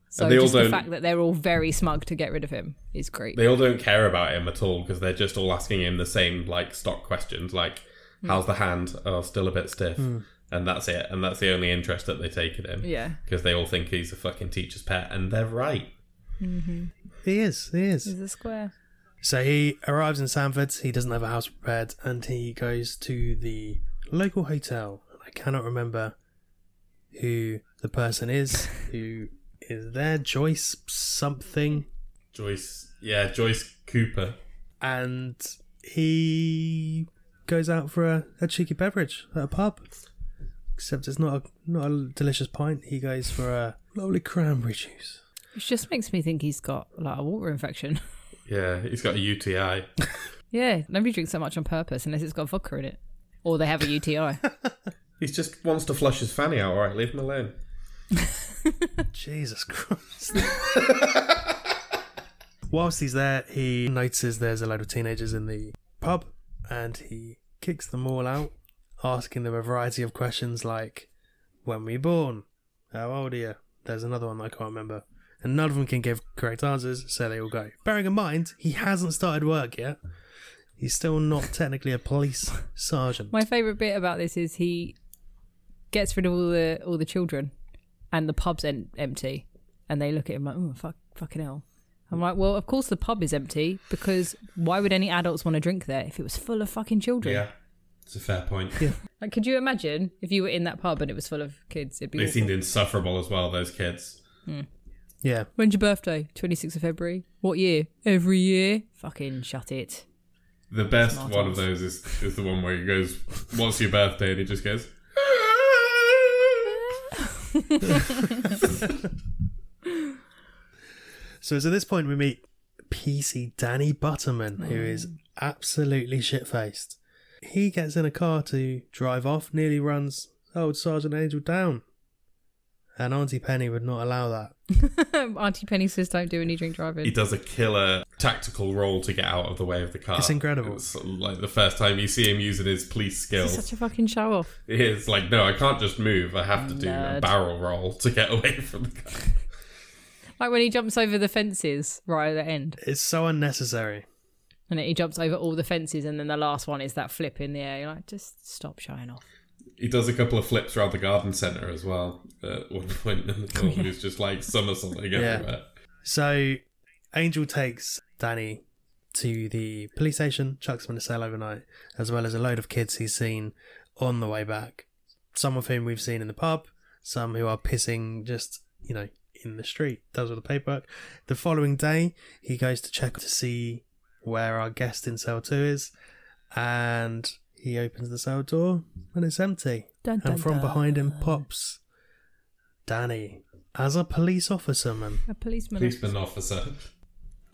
B: So
A: And they all
B: just the
A: don't-
B: fact that they're all very smug to get rid of him is great.
A: they all don't care about him at all because they're just all asking him the same like stock questions like
B: Hmm.
A: how's the hand oh still a bit stiff and that's it and that's the only interest that they take in him
B: Yeah.
A: because they all think he's a fucking teacher's pet and they're right
C: He is. He is.
B: He's a square.
C: So he arrives in Sanford, he doesn't have a house prepared, and he goes to the local hotel. I cannot remember who the person is who is there, Joyce something.
A: joyce yeah joyce cooper
C: And he goes out for a, a cheeky beverage at a pub. Except it's not a not a delicious pint. He goes for a lovely cranberry juice.
B: Which just makes me think he's got like a water infection.
A: yeah he's got a uti
B: yeah. Nobody drinks that much on purpose unless it's got vodka in it. Or they have a UTI.
A: he just wants to flush his fanny out all right leave him alone
C: Jesus Christ. Whilst he's there, he notices there's a load of teenagers in the pub and he kicks them all out asking them a variety of questions like, "When were you born? How old are you?" There's another one I can't remember, and none of them can give correct answers, so they all go. Bearing in mind, he hasn't started work yet. He's still not technically a police sergeant.
B: My favorite bit about this is he gets rid of all the all the children, and the pub's en- empty, and they look at him like, "Oh fuck, fucking hell." I'm like, well, of course the pub is empty because why would any adults want to drink there if it was full of fucking children?
A: Yeah, it's a fair point.
B: Like, could you imagine if you were in that pub and it was full of kids? It'd be.
A: They
B: awful.
A: seemed insufferable as well. Those kids.
C: yeah,
B: When's your birthday? 26th of February. What year? Every year. Fucking shut it.
A: The best
B: Smart
A: one of
B: ass.
A: those is is the one where he goes, "What's your birthday?" and he just goes.
C: So it's at this point we meet PC Danny Butterman, who is absolutely shit faced. He gets in a car to drive off, nearly runs old Sergeant Angel down. And Auntie Penny would not allow that.
B: Auntie Penny says don't do any drink driving.
A: He does a killer tactical roll to get out of the way of the car.
C: It's incredible.
A: It's like the first time you see him using his police
B: This is
A: skills.
B: such a fucking show off.
A: It's like, no, I can't just move. I have to do a
B: Nerd.
A: barrel roll to get away from the car.
B: Like when he jumps over the fences right at the end,
C: It's so unnecessary.
B: and he jumps over all the fences, and then the last one is that flip in the air. You're like, just stop showing off.
A: He does a couple of flips around the garden centre as well at one point in the film. He's just like somersaulting everywhere.
C: So Angel takes Danny to the police station, chucks him in a cell overnight, as well as a load of kids he's seen on the way back. Some of whom we've seen in the pub, some who are pissing just, you know, in the street, does all the paperwork. The following day, he goes to check to see where our guest in cell two is, and he opens the cell door and it's empty.
B: Dun, dun,
C: and from behind him
B: dun.
C: pops Danny as a police officer, man.
B: A policeman.
A: Policeman officer.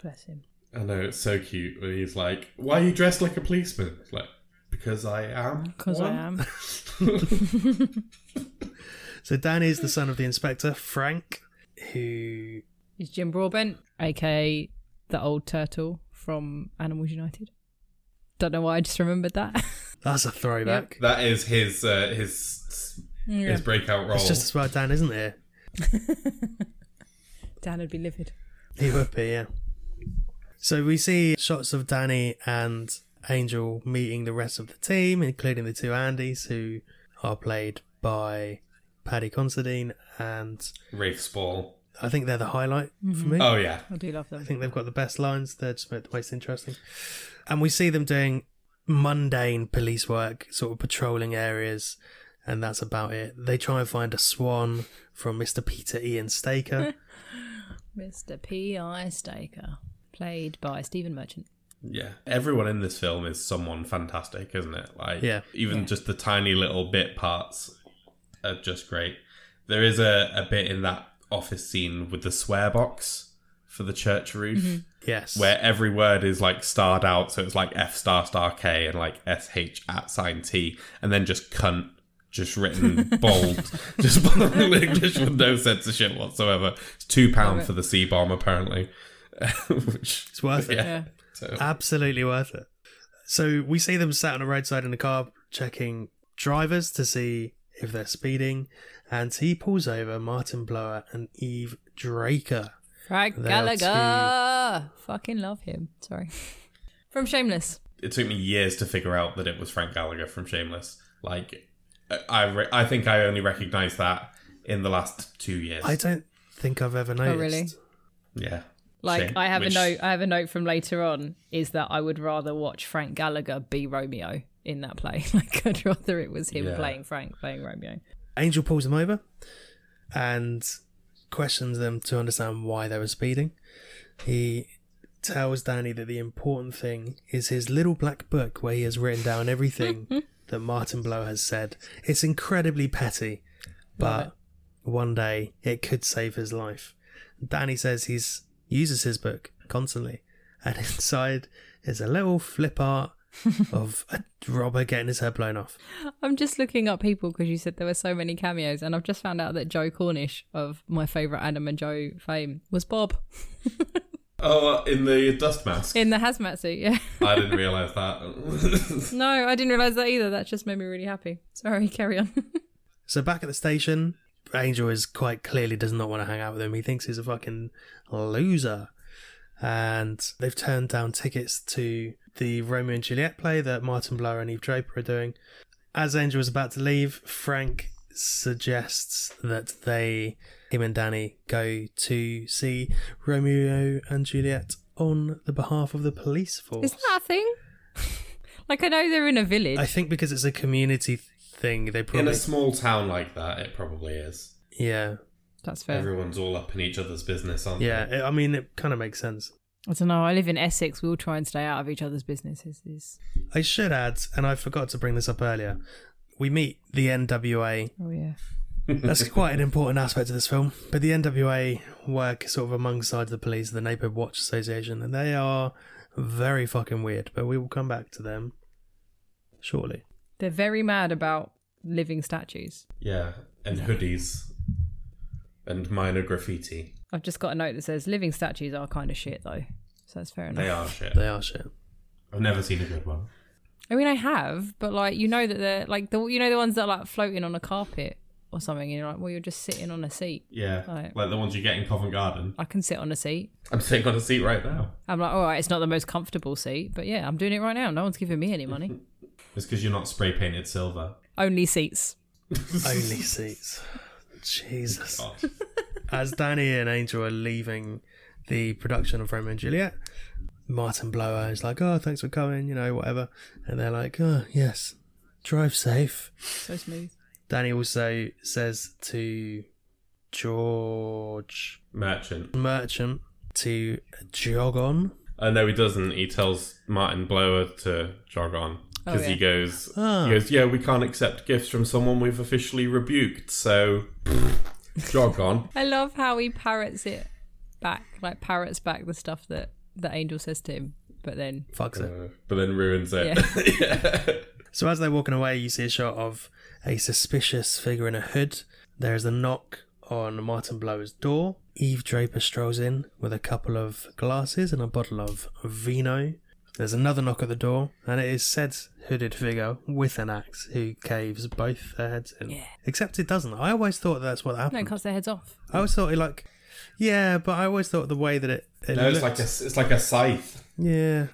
B: Bless him.
A: I know, it's so cute. When he's like, why are you dressed like a policeman? It's like, because I am.
B: Because I
A: one."
B: am.
C: So Danny is the son of the inspector, Frank, who
B: It's Jim Broadbent, aka the old turtle from Animals United. Don't know why I just remembered that.
C: that's a throwback.
A: That is his uh, his
B: Yeah.
A: his breakout role.
C: It's just as well Dan isn't here.
B: Dan would be livid.
C: He would be, yeah. So we see shots of Danny and Angel meeting the rest of the team, including the two Andys, who are played by Paddy Considine, and
A: Rafe Spall.
C: I think they're the highlight for me.
A: Oh yeah,
B: I do love
C: I
B: them.
C: think they've got the best lines. They're just the most interesting. And we see them doing mundane police work, sort of patrolling areas, and that's about it. They try and find a swan from Mr. Peter Ian Staker.
B: Mr. P.I. Staker, played by Stephen Merchant.
A: yeah. Everyone in this film is someone fantastic, isn't it? Like,
C: Yeah.
A: Even just the tiny little bit parts are just great. There is a, a bit in that office scene with the swear box for the church roof,
C: yes.
A: where every word is like starred out, so it's like F star star K and like S H at sign T, and then just cunt. Just written bold, just bold English with no censorship whatsoever. It's two pound for the C bomb apparently, which
C: It's worth it.
A: yeah. So-
C: Absolutely worth it. So we see them sat on the roadside in the car checking drivers to see if they're speeding, and he pulls over Martin Blower and Eve Draker.
B: Frank
C: They are
B: Gallagher! Fucking love him. Sorry. From Shameless.
A: it took me years to figure out that it was Frank Gallagher from Shameless. Like, I- I re- I think I only recognized that in the last two years.
C: I don't think I've ever
B: Oh,
C: noticed.
B: really?
A: yeah.
B: Like
A: Shame.
B: I have
A: Which-
B: a note. I have a note from later on. Is that I would rather watch Frank Gallagher be Romeo in that play. Like I'd rather it was him
A: Yeah.
B: playing Frank playing Romeo.
C: Angel pulls them over and questions them to understand why they were speeding. He tells Danny that the important thing is his little black book where he has written down everything that Martin Blow has said. It's incredibly petty, but one day it could save his life. Danny says he's uses his book constantly, and inside is a little flip art of a robber getting his head blown off.
B: I'm just looking up people because you said there were so many cameos, and I've just found out that Joe Cornish of my favorite Adam and Joe fame was Bob.
A: Oh, in the dust mask.
B: in the hazmat suit. Yeah.
A: I didn't realize that.
B: No, I didn't realize that either. That just made me really happy. Sorry, carry on.
C: So back at the station, Angel is quite clearly does not want to hang out with him. He thinks he's a fucking loser. And they've turned down tickets to the Romeo and Juliet play that Martin Blair and Eve Draper are doing. As Angel is about to leave, Frank suggests that they, him and Danny, go to see Romeo and Juliet on the behalf of the police force.
B: Is that a thing? like I know they're in a village.
C: I think because it's a community th- thing, they
A: in
C: probably
A: a small town like that, it probably is.
C: yeah
B: That's fair.
A: Everyone's all up in each other's business, aren't
C: yeah. It, I mean, it kind of makes sense.
B: I don't know. I live in Essex. We all try and stay out of each other's businesses. Is
C: I should add, and I forgot to bring this up earlier. We meet the NWA.
B: oh yeah.
C: That's quite an important aspect of this film. But the NWA work sort of alongside the police, the Neighborhood Watch Association, and they are very fucking weird. But we will come back to them shortly.
B: They're very mad about living statues.
A: they? Yeah. And hoodies. And minor graffiti.
B: I've just got a note that says living statues are kind of shit though. So that's fair enough.
A: They are shit.
C: They are shit.
A: I've never seen a good one.
B: I mean, I have, but like you know that they're like the you know the ones that are like floating on a carpet or something. And you're like, well, you're just sitting on a seat.
A: Yeah.
B: Right.
A: Like the ones you get in Covent Garden.
B: I can sit on a seat.
A: I'm sitting on a seat right now.
B: I'm like, all right, it's not the most comfortable seat, but yeah, I'm doing it right now. No one's giving me any money.
A: It's because you're not spray painted silver.
B: Only seats.
C: Only seats. Jesus.
A: God.
C: As Danny and Angel are leaving the production of Romeo and Juliet, Martin Blower is like, "Oh, thanks for coming," you know, whatever. And they're like, "Oh, yes, drive safe."
B: So smooth.
C: Danny also says to George
A: Merchant.
C: Merchant to jog on.
A: Uh, no, he doesn't. He tells Martin Blower to jog on because
B: Oh,
A: he
B: yeah.
A: goes,
C: Ah.
A: he goes, yeah, we can't accept gifts from someone we've officially rebuked, so pfft, jog on.
B: I love how he parrots it back, like parrots back the stuff that that Angel says to him, but then
C: Fucks it.
A: Uh, but then ruins it. Yeah.
C: So as they're walking away, you see a shot of a suspicious figure in a hood. There is a knock on Martin Blower's door. Eve Draper strolls in with a couple of glasses and a bottle of vino. There's another knock at the door, and it is said hooded figure with an axe who caves both their heads in.
B: Yeah.
C: Except it doesn't. I always thought that's what happened.
B: no, it cuts their heads off.
C: I always thought it like, yeah, but I always thought the way that it, it
A: no, it's
C: looked-
A: like a it's like a scythe.
C: yeah.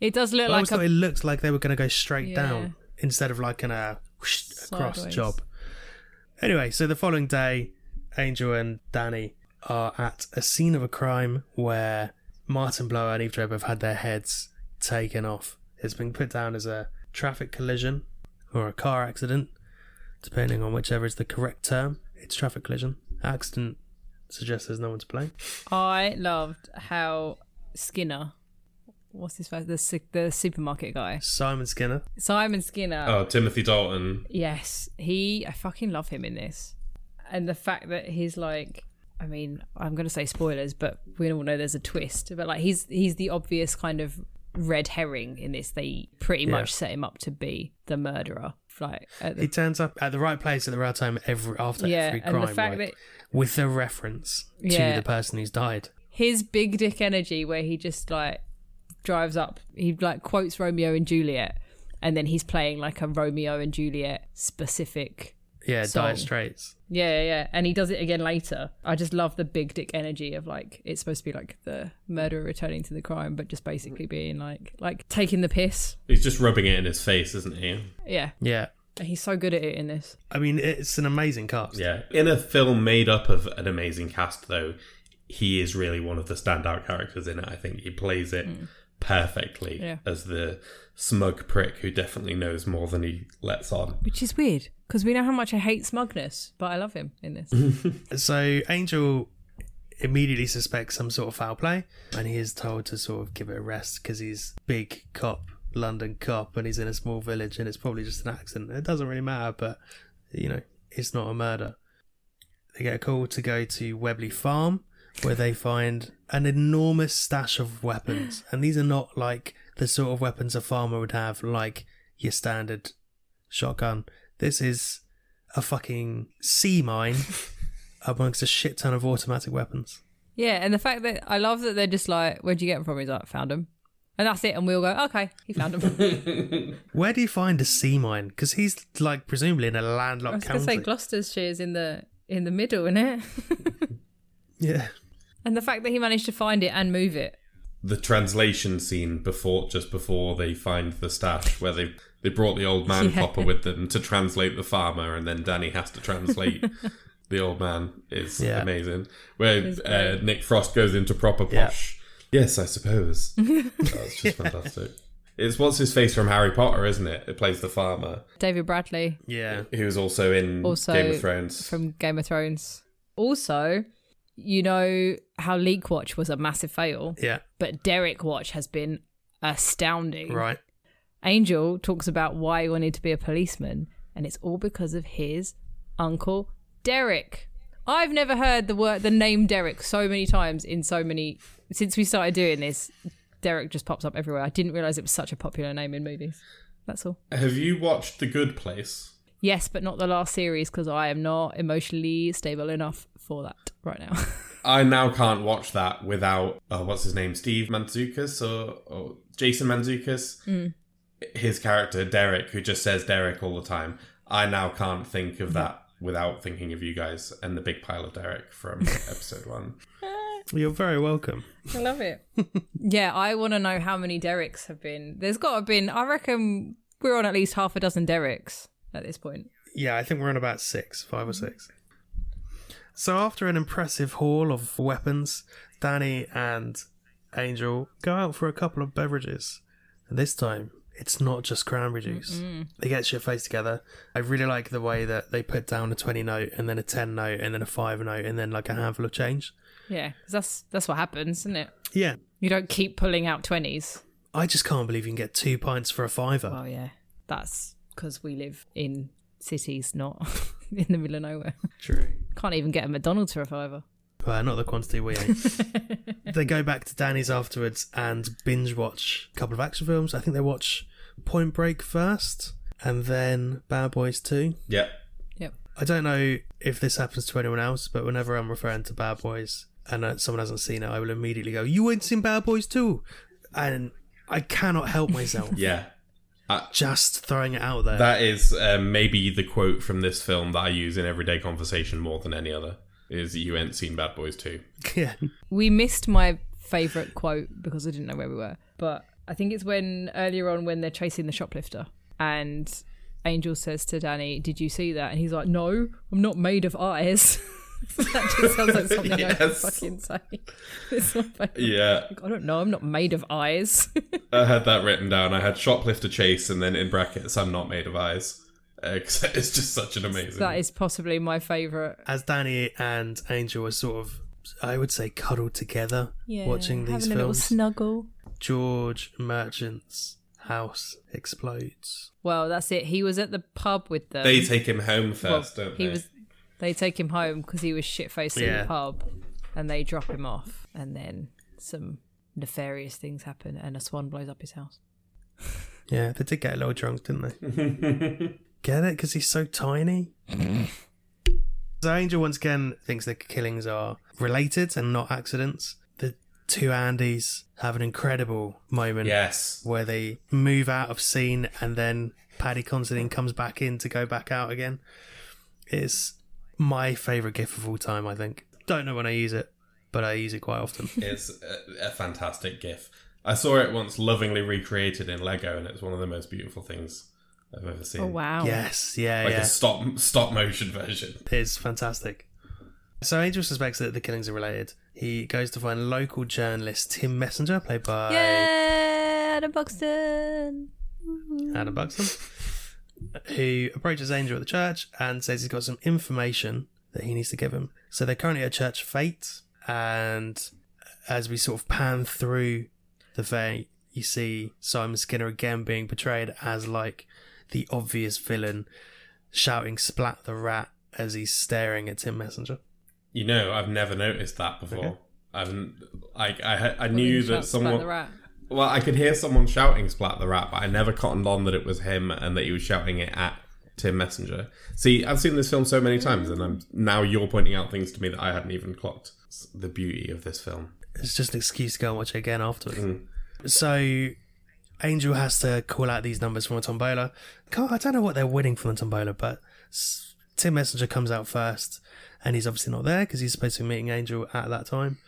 B: It does look
C: I always
B: like a
C: thought it looked like they were going to go straight
B: Yeah.
C: down instead of like an uh, whoosh, across
B: Sideways.
C: job. Anyway, so the following day, Angel and Danny are at a scene of a crime where Martin Blower and Eve Draper have had their heads taken off. It's been put down as a traffic collision or a car accident, depending on whichever is the correct term. It's traffic collision. Accident suggests there's no one to blame.
B: I loved how Skinner, what's his face, the su- the supermarket guy,
C: Simon Skinner.
B: Simon Skinner.
A: Oh, Timothy Dalton.
B: Yes, he. I fucking love him in this, and the fact that he's like. I mean, I'm gonna say spoilers, but we all know there's a twist. But like, he's he's the obvious kind of red herring in this. They pretty much set him up to be the murderer. Like, at the
C: He turns up at the right place at the right time every after
B: Yeah,
C: every
B: and
C: crime,
B: the fact
C: like,
B: that-
C: with a reference
B: Yeah.
C: to the person who's died.
B: his big dick energy where he just like drives up he like quotes romeo and juliet and then he's playing like a romeo and juliet specific
C: Yeah,
B: So-
C: Dire Straits.
B: yeah yeah, yeah and he does it again later i just love the big dick energy of like it's supposed to be like the murderer returning to the crime but just basically being like like taking the piss
A: He's just rubbing it in his face, isn't he?
B: yeah
C: Yeah,
B: and he's so good at it in this
C: I mean it's an amazing cast.
A: Yeah. In a film made up of an amazing cast, though, he is really one of the standout characters in it. I think he plays it perfectly
B: Hmm. Yeah.
A: as the smug prick who definitely knows more than he lets on.
B: which is weird because we know how much i hate smugness but i love him in this
C: So Angel immediately suspects some sort of foul play, and he is told to sort of give it a rest because he's big cop, London cop, and he's in a small village, and it's probably just an accident. It doesn't really matter, but you know it's not a murder. They get a call to go to Webley Farm, where they find an enormous stash of weapons, and these are not like the sort of weapons a farmer would have, like your standard shotgun. This is a fucking sea mine amongst a shit ton of automatic weapons.
B: Yeah, and the fact that I love that they're just like, where'd you get them from? He's like, found them. And that's it. And we all go, okay, he found them. I
C: Where do you find a sea mine? Because he's like presumably in a landlocked
B: was going to say
C: country.
B: Gloucestershire's in the in the middle, isn't it?
C: yeah.
B: and the fact that he managed to find it and move it.
A: the translation scene before just before they find the stash where they they brought the old man
B: Yeah.
A: popper with them to translate the farmer and then Danny has to translate the old man is
C: Yeah.
A: amazing where
B: It's
A: uh,
B: great.
A: Nick Frost goes into proper
C: Yeah.
A: posh yes I suppose that's just fantastic it's what's his face from Harry Potter isn't it it plays the farmer
B: David Bradley
C: Yeah.
A: who's also in
B: Also
A: Game of Thrones
B: from Game of Thrones. Also, you know how Leak Watch was a massive fail,
C: Yeah.
B: but Derek Watch has been astounding.
C: Right.
B: Angel talks about why he wanted to be a policeman, and it's all because of his uncle Derek. I've never heard the word the name Derek so many times in so many since we started doing this. Derek just pops up everywhere. I didn't realize it was such a popular name in movies. That's all.
A: have you watched The Good Place
B: Yes, but not the last series because I am not emotionally stable enough for that right now.
A: I now can't watch that without oh, what's his name, Steve Manzukis or, or Jason Manzukis, his character Derek, who just says Derek all the time. I now can't think of that without thinking of you guys and the big pile of Derek from episode one.
C: You're very welcome.
B: I love it. yeah, I want to know how many Derek's have been. There's got to have been. I reckon we're on at least half a dozen Derek's at this point.
C: Yeah, I think we're on about six, five or six. So after an impressive haul of weapons, Danny and Angel go out for a couple of beverages. And this time, it's not just cranberry juice. They get shit faced together. I really like the way that they put down a 20 note and then a 10 note and then a 5 note and then like a handful of change.
B: Yeah, 'cause that's that's what happens, isn't it?
C: Yeah.
B: You don't keep pulling out twenties.
C: I just can't believe you can get two pints for a fiver.
B: Oh yeah, that's because we live in cities, not in the middle of nowhere.
C: True.
B: Can't even get a McDonald's for a fiver.
C: But not the quantity we ate. they go back to Danny's afterwards and binge watch a couple of action films. I think they watch Point Break first and then Bad Boys 2.
A: Yep.
B: Yep.
C: I don't know if this happens to anyone else, but whenever I'm referring to Bad Boys and uh, someone hasn't seen it, I will immediately go, You ain't seen Bad Boys 2! And I cannot help myself.
A: Yeah.
C: Just throwing it out there.
A: That is um, maybe the quote from this film that I use in everyday conversation more than any other. Is you ain't seen Bad Boys 2.
C: yeah.
B: We missed my favorite quote because I didn't know where we were, but I think it's when earlier on when they're chasing the shoplifter and Angel says to Danny, "Did you see that?" And he's like, "No, I'm not made of eyes." that just sounds like something I would
A: Yes.
B: fucking say. It's my favourite.
A: Yeah.
B: I don't know. I'm not made of eyes.
A: I had that written down. I had shoplifter chase and then in brackets, I'm not made of eyes. Uh 'cause it's just such an amazing.
B: That is possibly my favourite.
C: As Danny and Angel are sort of, I would say, cuddled together watching these
B: having a little
C: films.
B: snuggle.
C: George Merchant's house explodes.
B: Well, that's it. He was at the pub with them.
A: They take him home first,
B: um, Well,
A: don't
B: he
A: they?
B: was. They take him home because he was shit faced in
C: Yeah.
B: the pub, and they drop him off, and then some nefarious things happen, and a swan blows up his house.
C: Yeah, they did get a little drunk, didn't they? get it? Because he's so tiny. so Angel once again thinks the killings are related and not accidents. The two Andys have an incredible moment
A: yes.
C: where they move out of scene and then Paddy Considine comes back in to go back out again. It's my favourite gif of all time, I think. Don't know when I use it, but I use it quite often.
A: It's a, a fantastic GIF. I saw it once lovingly recreated in Lego, and it's one of the most beautiful things I've ever seen.
B: Oh wow!
C: yes, yeah,
A: Like
C: yeah.
A: a stop stop motion version.
C: is fantastic. So Angel suspects that the killings are related. He goes to find local journalist Tim Messenger, played by
B: Yeah, Adam Buxton.
C: Adam Buxton, who approaches Angel at the church and says he's got some information that he needs to give him. So they're currently at church fate, and as we sort of pan through the fate, you see Simon Skinner again being portrayed as like the obvious villain, shouting "Splat the rat" as he's staring at Tim Messenger.
A: You know, I've never noticed that before.
C: Okay.
A: I've like I ha- I knew that
B: The
A: someone.
B: rat.
A: Well, I could hear someone shouting "Splat the Rat," but I never cottoned on that it was him and that he was shouting it at Tim Messenger. See, I've seen this film so many times, and I'm now you're pointing out things to me that I hadn't even clocked. That's the beauty of this film.
C: It's just an excuse to go and watch it again afterwards. So Angel has to call out these numbers from a tombola. God, I don't know what they're winning from the tombola, but s- Tim Messenger comes out first, and he's obviously not there because he's supposed to be meeting Angel at that time.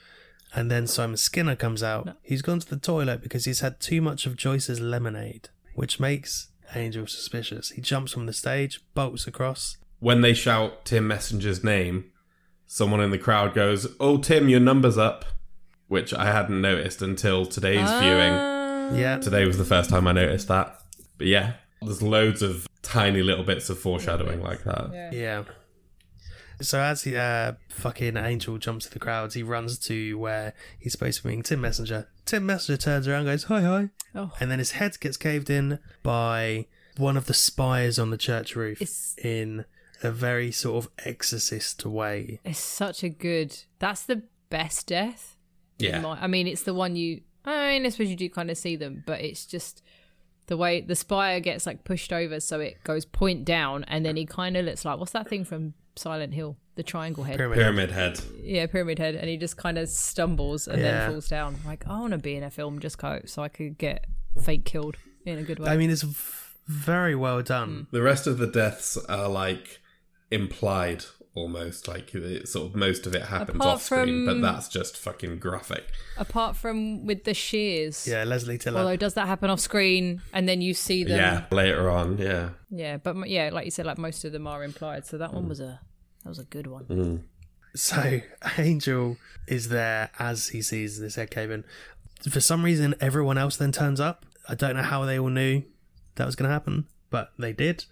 C: And then Simon Skinner comes out. He's gone to the toilet because he's had too much of Joyce's lemonade, which makes Angel suspicious. He jumps from the stage, bolts across.
A: When they shout Tim Messenger's name, someone in the crowd goes, "Oh, Tim, your number's up," which I hadn't noticed until today's
B: Ah.
A: viewing.
C: Yeah,
A: Today was the first time I noticed that. But yeah, there's loads of tiny little bits of foreshadowing like that.
C: Yeah. So as he, uh, fucking Angel jumps to the crowds, he runs to where he's supposed to be meeting Tim Messenger. Tim Messenger turns around, and goes hi hi,
B: Oh.
C: and then his head gets caved in by one of the spires on the church roof
B: It's-
C: in a very sort of exorcist way.
B: It's such a good. That's the best death. in
A: Yeah.
B: my- I mean, it's the one you. I mean, I suppose you do kind of see them, but it's just the way the spire gets like pushed over, so it goes point down, and then he kind of looks like what's that thing from Silent Hill, the triangle head,
C: Pyramid.
A: Pyramid Head.
B: yeah, pyramid head, and he just kind of stumbles and
C: Yeah.
B: then falls down. Like I want to be in a film just co- so I could get fake killed in a good way.
C: I mean, it's v- very well
B: Hmm.
C: done.
A: The rest of the deaths are like implied almost like it, sort of most of it happens
B: Apart
A: off screen
B: from-
A: but that's just fucking graphic
B: Apart from with the shears,
C: Yeah, Leslie Tiller.
B: although does that happen off screen, and then you see them
A: yeah later on yeah
B: Yeah, but m- yeah, like you said, like most of them are implied. So that one was a that was a good one.
C: So Angel is there as he sees this head cave in. For some reason, everyone else then turns up. I don't know how they all knew that was going to happen, but they did.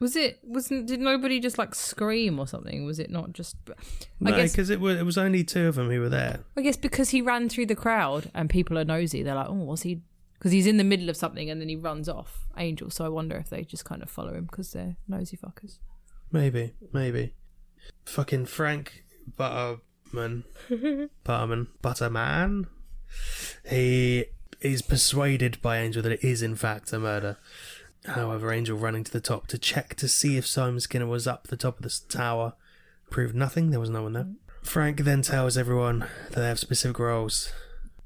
B: Was it? Wasn't? Did nobody just like scream or something? Was it not just? I
C: No,
B: guess.
C: because it was it was only two of them who were there.
B: I guess because he ran through the crowd and people are nosy. They're like, oh, was he? Because he's in the middle of something and then he runs off. Angel. So I wonder if they just kind of follow him because they're nosy fuckers.
C: Maybe, maybe. Fucking Frank Butterman, Butterman, Butterman. He is persuaded by Angel that it is in fact a murder. However, Angel running to the top to check to see if Simon Skinner was up the top of this tower proved nothing. There was no one there. Frank then tells everyone that they have specific roles,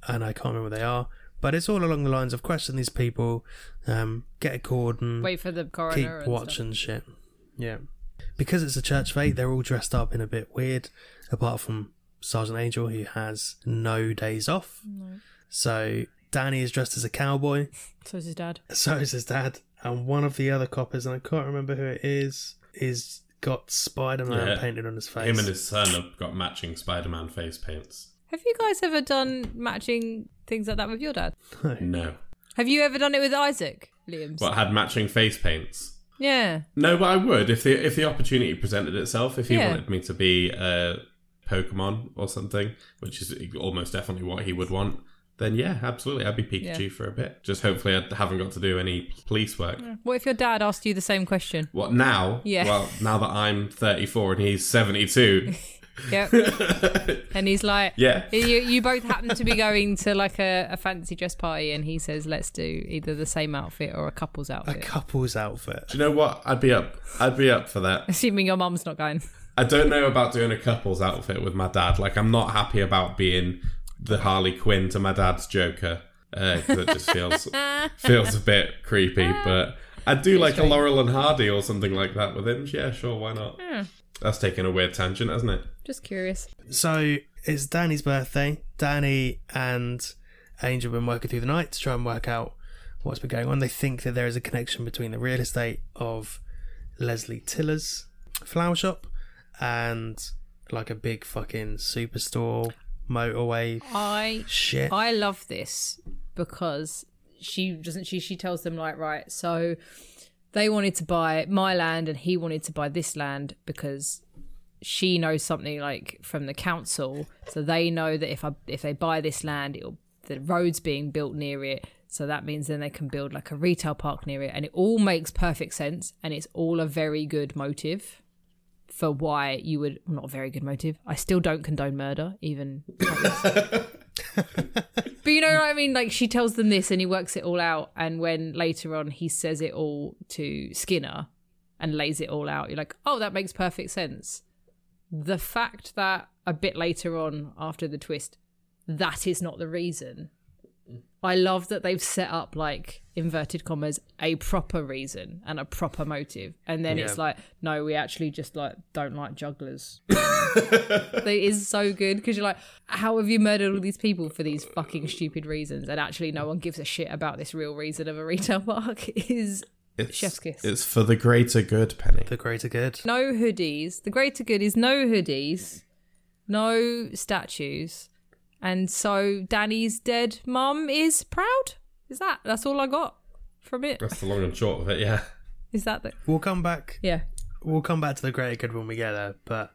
C: and I can't remember what they are. But it's all along the lines of question these people, um, get a cordon,
B: Wait for the coroner.
C: keep
B: and
C: watch
B: stuff.
C: and shit. Yeah. Because it's a church fete, they're all dressed up in a bit weird, apart from Sergeant Angel, who has no days off. So Danny is dressed as a cowboy,
B: So is his dad.
C: so is his dad, and one of the other coppers, and I can't remember who it is, is got Spider Man
A: Yeah.
C: painted on his face.
A: him and his son have got matching spider-man face paints
B: Have you guys ever done matching things like that with your dad?
A: no
B: Have you ever done it with Isaac Liam's?
A: but had matching face paints
B: Yeah.
A: no but i would if the if the opportunity presented itself if he
B: Yeah.
A: wanted me to be a pokemon or something which is almost definitely what he would want then yeah absolutely i'd be pikachu
B: Yeah.
A: for a bit just hopefully i haven't got to do any police work
B: What if your dad asked you the same question?
A: What now?
B: Yeah.
A: Well, now that I'm 34 and he's 72.
B: Yep. and he's like,
A: Yeah.
B: You, you both happen to be going to like a, a fancy dress party, and he says, "Let's do either the same outfit or a couple's
C: a
B: outfit."
C: couple's outfit.
A: Do you know what? I'd be up. I'd be up for that.
B: Assuming your mum's not going.
A: I don't know about doing a couple's outfit with my dad. Like, I'm not happy about being the Harley Quinn to my dad's Joker because it just feels feels a bit creepy.
B: Ah.
A: But I'd do like a Laurel and Hardy or something like that with him. Yeah, sure, why not?
B: Hmm.
A: That's taking a weird tangent, hasn't it?
B: Just curious.
C: So it's Danny's birthday. Danny and Angel have been working through the night to try and work out what's been going on. They think that there is a connection between the real estate of Leslie Tiller's flower shop and like a big fucking superstore motorway
B: I
C: shit.
B: I love this because she doesn't. She she tells them like, right, so they wanted to buy my land, and he wanted to buy this land because she knows something like from the council, so they know that if I if they buy this land, it'll, the road's being built near it. So that means then they can build like a retail park near it, and it all makes perfect sense, and it's all a very good motive for why you would not a very good motive. I still don't condone murder, even. but you know what I mean. Like she tells them this, and he works it all out, and when later on he says it all to Skinner and lays it all out, you're like, oh, that makes perfect sense the fact that a bit later on after the twist, that is not the reason. I love that they've set up like inverted commas a proper reason and a proper motive, and then it's
C: Yeah.
B: like, no, we actually just like don't like jugglers. that is so good because you're like, how have you murdered all these people for these fucking stupid reasons? And actually, no one gives a shit about this real reason of a retail park. It Is
A: It's,
B: Chef's kiss.
A: It's for the greater good, Penny.
C: The greater good.
B: no hoodies. The greater good is no hoodies, no statues, and so Danny's dead mum is proud. Is that? That's all I got from it.
A: That's the long and short of it. Yeah.
B: Is that the?
C: We'll come back.
B: Yeah.
C: We'll come back to the greater good when we get there. But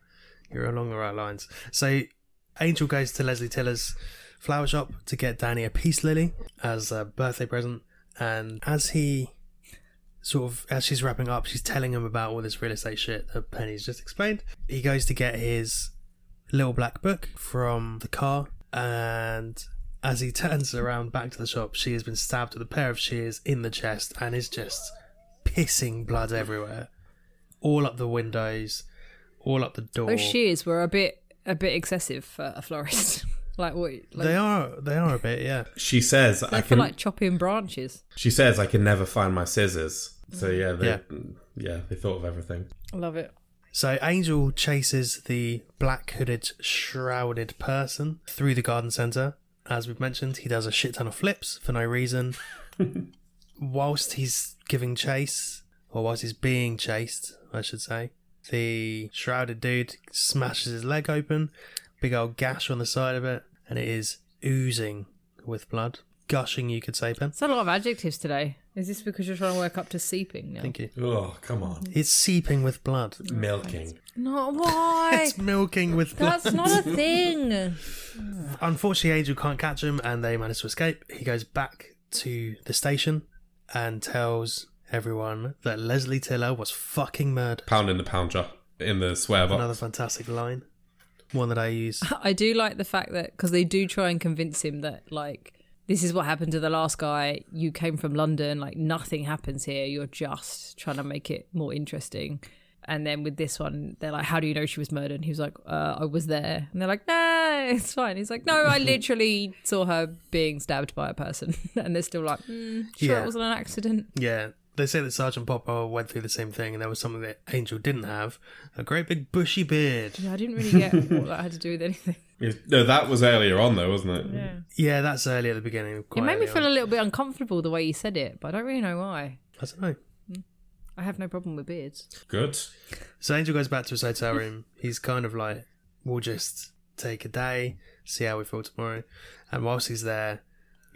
C: you're along the right lines. So Angel goes to Leslie Tiller's flower shop to get Danny a peace lily as a birthday present, and as he sort of as she's wrapping up, she's telling him about all this real estate shit that Penny's just explained. He goes to get his little black book from the car and as he turns around back to the shop she has been stabbed with a pair of shears in the chest and is just pissing blood everywhere all up the windows all up the door
B: Those shears were a bit a bit excessive for a florist. like what? Like,
C: they are they are a bit yeah
A: She says
B: I
A: I
B: feel
A: can.
B: like chopping branches.
A: she says I can never find my scissors. So yeah, they,
C: Yeah.
A: yeah, they thought of everything.
B: I love it.
C: So Angel chases the black hooded, shrouded person through the garden centre. As we've mentioned, he does a shit ton of flips for no reason. whilst he's giving chase, or whilst he's being chased, I should say, the shrouded dude smashes his leg open, big old gash on the side of it, and it is oozing with blood. Gushing, you could say, Pen.
B: It's a lot of adjectives today. Is this because you're trying to work up to seeping now?
C: Thank you.
A: Oh come on,
C: It's seeping with blood.
A: milking.
B: Not why.
C: It's milking with blood.
B: That's not a thing.
C: Unfortunately, Angel can't catch him and they manage to escape. He goes back to the station and tells everyone that Leslie Tiller was fucking murdered.
A: Pound in the pound jar in the swear box.
C: Another fantastic line. One that I use.
B: I do like the fact that because they do try and convince him that like this is what happened to the last guy. You came from London, like nothing happens here. You're just trying to make it more interesting. And then with this one, they're like, "How do you know she was murdered?" And he was like, uh, "I was there." And they're like, "No, it's fine." He's like, "No, I literally saw her being stabbed by a person." And they're still like, mm, "Sure,
C: Yeah.
B: it wasn't an accident."
C: Yeah, they say that Sergeant Popper went through the same thing and there was something that Angel didn't have a great big bushy beard.
B: Yeah, I didn't really get what that had to do with anything.
A: Yes- No, that was earlier on though, wasn't it?
C: Yeah, that's early at the beginning.
B: It
C: quite
B: made me
C: early
B: feel a
C: on.
B: little bit uncomfortable the way you said it, but I don't really know why.
C: I don't know.
B: I have no problem with beards.
A: Good.
C: So Angel goes back to his hotel room. He's kind of like, we'll just take a day, see how we feel tomorrow. And whilst he's there,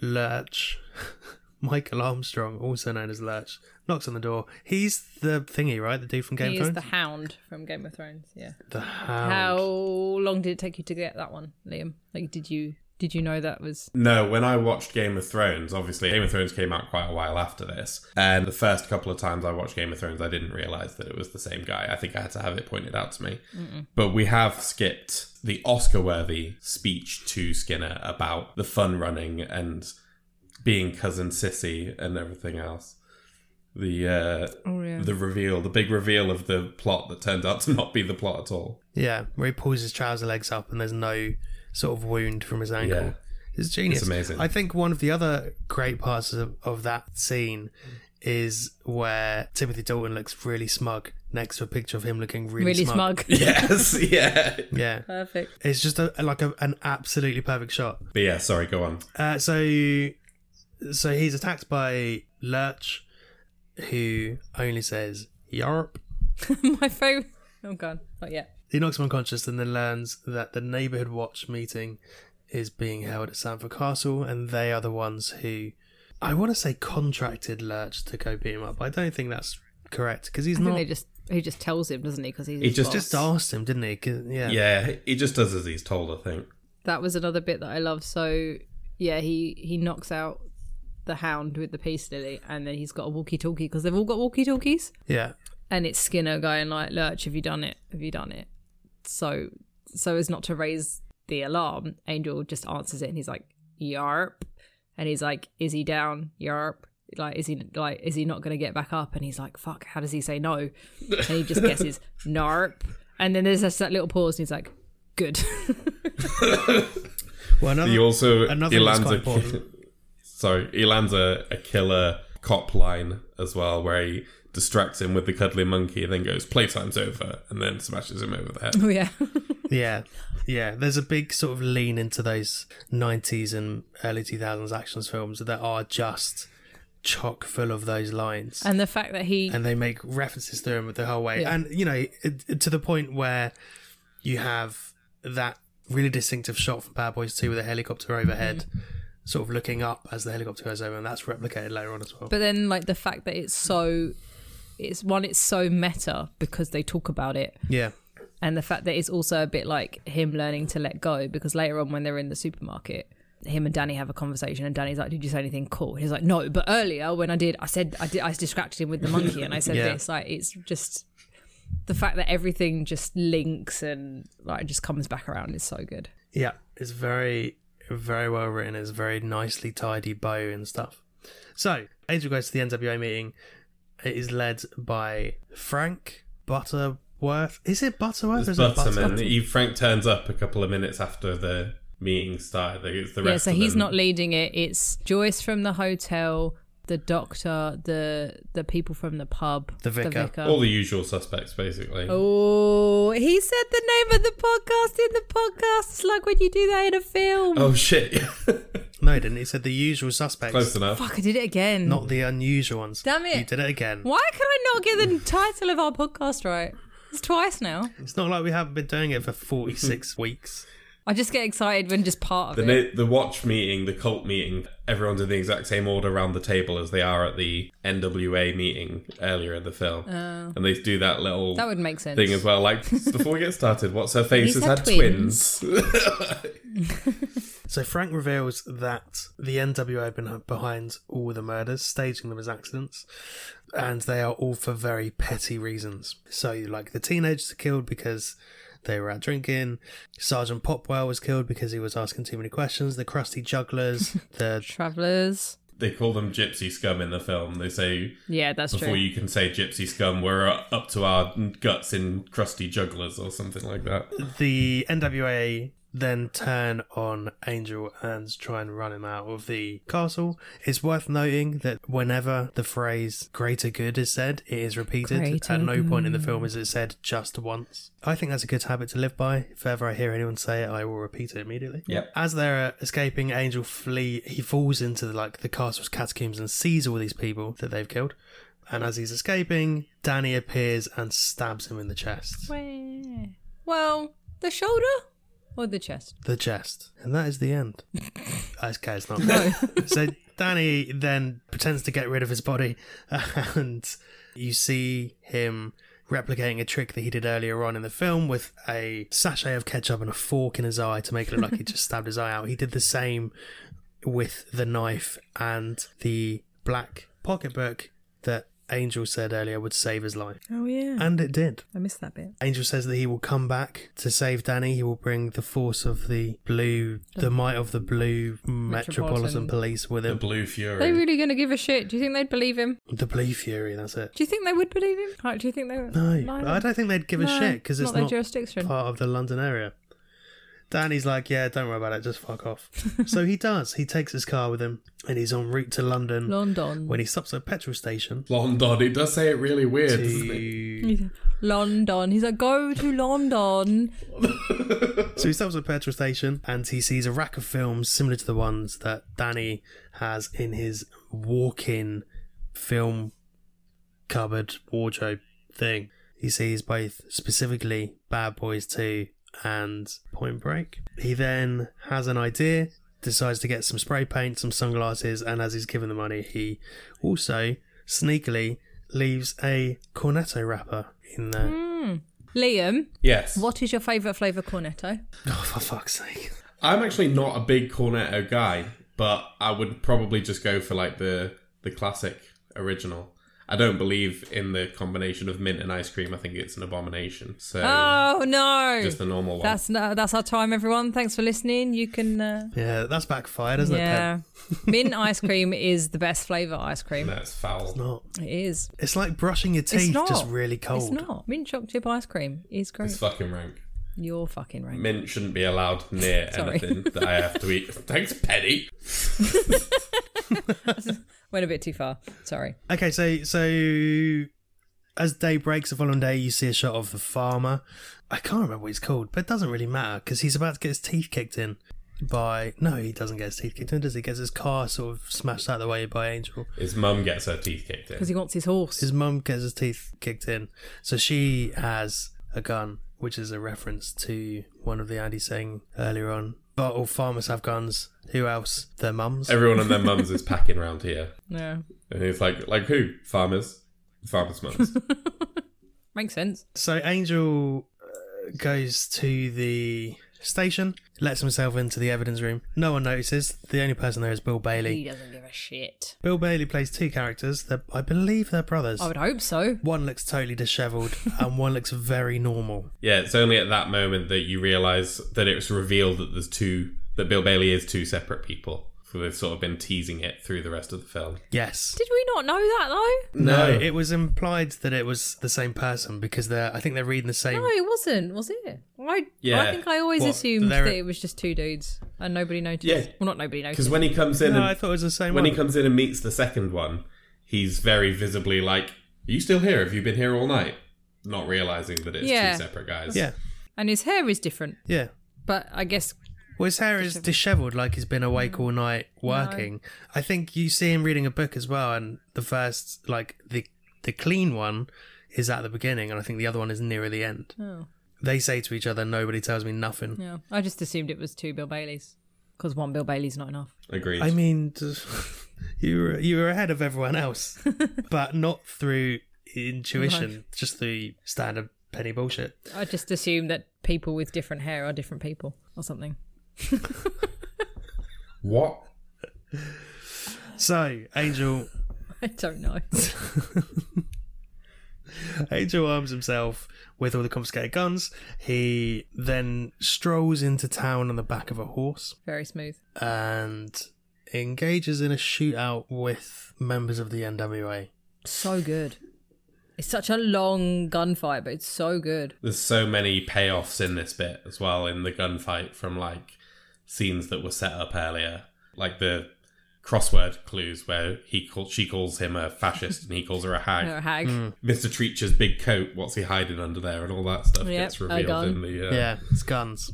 C: Lurch, Michael Armstrong, also known as Lurch, knocks on the door. He's the thingy, right? The dude from Game
B: he
C: of Thrones?
B: is the Hound from Game of Thrones. Yeah.
C: The hound.
B: How long did it take you to get that one, Liam? Like, did you did you know that was?
A: No, when I watched Game of Thrones, obviously Game of Thrones came out quite a while after this, and the first couple of times I watched Game of Thrones, I didn't realize that it was the same guy. I think I had to have it pointed out to me. But we have skipped the Oscar-worthy speech to Skinner about the fun running and being cousin Sissy and everything else. The uh,
B: Oh yeah.
A: the reveal, the big reveal of the plot that turned out to not be the plot at all.
C: Yeah, where he pulls his trouser legs up and there's no sort of wound from his ankle.
A: Yeah.
C: It's genius.
A: It's amazing.
C: I think one of the other great parts of, of that scene is where Timothy Dalton looks really smug next to a picture of him looking really,
B: really
C: smug.
B: smug.
A: Yes, yeah.
C: Yeah.
B: Perfect.
C: It's just a, like a, an absolutely perfect shot.
A: But yeah, sorry, go on.
C: Uh, so, so he's attacked by Lurch, who only says "yarp."
B: My favorite. Oh god, not yet.
C: He knocks him unconscious, and then learns that the neighborhood watch meeting is being held at Sanford Castle, and they are the ones who I want to say contracted Lurch to go beat him up. I don't think that's correct because he's
B: I think
C: not.
B: they just he just tells him, doesn't he? Because he's
A: He
B: his
A: just-
B: boss.
C: just asked him, didn't he? 'Cause- Yeah.
A: Yeah, he just does as he's told, I think.
B: that was another bit that I love. So yeah, he he knocks out the Hound with the peace lily, and then he's got a walkie-talkie because they've all got walkie-talkies.
C: Yeah.
B: and it's Skinner going like, "Lurch, have you done it? Have you done it?" So, so as not to raise the alarm, Angel just answers it, and he's like, "Yarp," and he's like, "Is he down? Yarp." Like is he like is he not gonna get back up? And he's like, "Fuck! How does he say no?" And he just guesses, "Narp." And then there's just that little pause, and he's like, good.
C: Well, another,
A: He also
C: another
A: he
C: one that's
A: lands
C: quite
A: a
C: important.
A: sorry he lands a, a killer cop line as well, where he distracts him with the cuddly monkey, and then goes playtime's over, and then smashes him over the head.
B: oh yeah.
C: Yeah, yeah. There's a big sort of lean into those '90s and early 2000s actions films that are just chock full of those lines.
B: And the fact that he
C: and they make references to him the whole way
B: Yeah.
C: and you know it, to the point where you have that really distinctive shot from bad boys 2 with a helicopter overhead
B: Mm-hmm.
C: sort of looking up as the helicopter goes over and that's replicated later on as well
B: but then like the fact that it's so it's one it's so meta because they talk about it
C: yeah
B: and the fact that it's also a bit like him learning to let go because later on when they're in the supermarket him and Danny have a conversation and Danny's like did you say anything cool he's like no but earlier when I did I said I did I distracted him with the monkey and I said
C: Yeah.
B: this like it's just the fact that everything just links and like just comes back around is so good
C: yeah it's very very well written it's very nicely tidy bow and stuff so angel goes to the nwa meeting it is led by frank butterworth is it butterworth or
A: There's
C: is it
A: Butterman.
C: Butter-
A: um, He, Frank turns up a couple of minutes after the meeting started. Like, it's the
B: yeah
A: rest
B: so
A: of
B: he's
A: them.
B: not leading it it's Joyce from the hotel the doctor the the people from the pub
C: The vicar.
A: all the usual suspects basically.
B: Oh, he said the name of the podcast in the podcast. It's like when you do that in a film.
A: Oh, shit!
C: no he didn't he said the usual suspects
A: Close enough.
B: Fuck, I did it again.
C: Not the unusual ones.
B: Damn it.
C: You did it again.
B: Why can I not get the title of our podcast right? It's twice now.
C: It's not like we haven't been doing it for 46 weeks.
B: I just get excited when just part
A: The
B: of it.
A: na- the watch meeting, the cult meeting, everyone's in the exact same order around the table as they are at the NWA meeting earlier in the film, and they do that little
B: Oh. That would make sense.
A: thing as well. Like before we get started, what's her face has
B: He's had
A: had, twins.
C: So Frank reveals that the NWA have been behind all the murders, staging them as accidents, and they are all for very petty reasons. So, like, the teenagers are killed because they were out drinking. Sergeant Popwell was killed because he was asking too many questions. The crusty jugglers, the
B: Travelers.
A: They call them gypsy scum in the film. They say
B: Yeah, that's
A: before
B: true.
A: you can say gypsy scum, we're up to our guts in crusty jugglers or something like that.
C: the NWA then turn on Angel and try and run him out of the castle. It's worth noting that whenever the phrase greater good is said, it is repeated.
B: Greater
C: At no point in the film is it said just once. I think that's a good habit to live by. If ever I hear anyone say it, I will repeat it immediately.
A: Yep.
C: As they're uh, escaping, Angel flee he falls into the, like the castle's catacombs and sees all these people that they've killed. And as he's escaping, Danny appears and stabs him in the chest.
B: Where? Well, the shoulder or the chest?
C: the chest. And that is the end. okay, it's not.
B: No.
C: so Danny then pretends to get rid of his body, and you see him replicating a trick that he did earlier on in the film with a sachet of ketchup and a fork in his eye to make it look like he just stabbed his eye out. He did the same with the knife and the black pocketbook that Angel said earlier would save his life.
B: Oh, yeah.
C: And it did.
B: I missed that bit.
C: Angel says that he will come back to save Danny. He will bring the force of the blue, the might of the blue metropolitan,
B: Metropolitan.
C: police with
A: The
C: him.
A: Blue
B: Are they
A: Fury.
B: really going to give a shit? Do you think they'd believe him?
C: The blue fury, that's it.
B: Do you think they would believe him? Like, do you think they would?
C: No, I don't think they'd give a
B: No,
C: shit because it's
B: not their
C: not
B: jurisdiction.
C: part of the London area. Danny's like, yeah, don't worry about it, just fuck off. so he does. He takes his car with him and he's en route to London
B: London.
C: when he stops at a petrol station.
A: London. It does say it really weird, doesn't it?
C: To...
B: London. He's like, go to London.
C: So he stops at a petrol station and he sees a rack of films similar to the ones that Danny has in his walk-in film cupboard wardrobe thing. He sees both specifically Bad Boys 2 and Point Break. He then has an idea, decides to get some spray paint, some sunglasses, and as he's given the money, he also sneakily leaves a cornetto wrapper in there.
B: Liam,
A: Yes.
B: what is your favourite flavour cornetto?
C: Oh, for fuck's sake.
A: I'm actually not a big cornetto guy, but I would probably just go for like the the classic original. I don't believe in the combination of mint and ice cream. I think it's an abomination. So
B: Oh no,
A: just the normal one.
B: that's no, that's our time, everyone. Thanks for listening. You can, uh,
C: Yeah, that's backfired, isn't it, Pep?
B: yeah, mint ice cream is the best flavour ice cream.
A: That's foul.
C: not.
B: It is.
C: It's like brushing your teeth
B: it's not
C: just really cold.
B: It's not mint chocolate chip ice cream is great.
A: It's fucking rank.
B: You're fucking right.
A: Mint shouldn't be allowed near
B: Sorry.
A: anything that I have to eat. Thanks, Penny.
B: Went a bit too far. Sorry.
C: Okay, so so as day breaks the following day, you see a shot of the farmer. I can't remember what he's called, but it doesn't really matter because he's about to get his teeth kicked in by. No, he doesn't get his teeth kicked in, does he? He Gets his car sort of smashed out of the way by Angel.
A: His mum gets her teeth kicked in.
B: Because he wants his horse.
C: His mum gets his teeth kicked in, so she has a gun, which is a reference to one of the Andy saying earlier on. But all farmers have guns. Who else? Their mums.
A: Everyone and their mums is packing round here.
B: yeah.
A: And it's like, like who? Farmers. Farmers' mums.
B: Makes sense.
C: So Angel uh, goes to the station, lets himself into the evidence room. No one notices. The only person there is Bill
B: He
C: Bailey.
B: doesn't give a shit.
C: Bill Bailey plays two characters. They're, I believe they're brothers.
B: I would hope so.
C: One looks totally dishevelled, and one looks very normal.
A: yeah, it's only at that moment that you realise that it's revealed that there's two, that Bill Bailey is two separate people. So they've sort of been teasing it through the rest of the film.
C: Yes.
B: Did we not know that
A: Mm.
B: though?
C: No, it was implied that it was the same person because they're. I think they're reading the same.
B: No, it wasn't, was it? I, I
A: Yeah.
B: think I always
A: What,
B: assumed
C: they're-
B: that it was just two dudes and nobody noticed.
A: Yeah.
B: Well, not nobody
A: Because
B: noticed.
A: when he comes in,
C: No,
A: and,
C: I thought it was the same
A: when
C: one.
A: he comes in and meets the second one, he's very visibly like, "Are you still here? Have you been here all night?" Not realizing that it's
B: Yeah.
A: two separate guys.
C: yeah,
B: and his hair is different,
C: yeah.
B: but I guess
C: Well, his hair is dishevelled, like he's been
B: Mm.
C: awake all night working. I think you see him reading a book as well, and the first, like the the clean one, is at the beginning, and I think the other one is nearer the end.
B: Oh.
C: They say to each other, "Nobody tells me nothing."
B: yeah, I just assumed it was two Bill Baileys because one Bill Bailey's not enough.
A: agreed.
C: I mean, d- you were you were ahead of everyone else, but not through intuition, just through standard penny bullshit.
B: I just assumed that people with different hair are different people or something.
A: what?
C: So, Angel
B: I don't know.
C: Angel arms himself with all the confiscated guns. He then strolls into town on the back of a horse
B: Very smooth.
C: and engages in a shootout with members of the NWA.
B: So good. It's such a long gunfight, but it's so good.
A: There's so many payoffs in this bit as well in the gunfight from like scenes that were set up earlier, like the crossword clues where he call- she calls him a fascist and he calls her a hag.
B: Or a hag.
A: Mr. Treacher's big coat, what's he hiding under there, and all that stuff
B: Yep,
A: gets
B: a
A: revealed
B: gun.
A: in the uh,
C: Yeah, it's guns.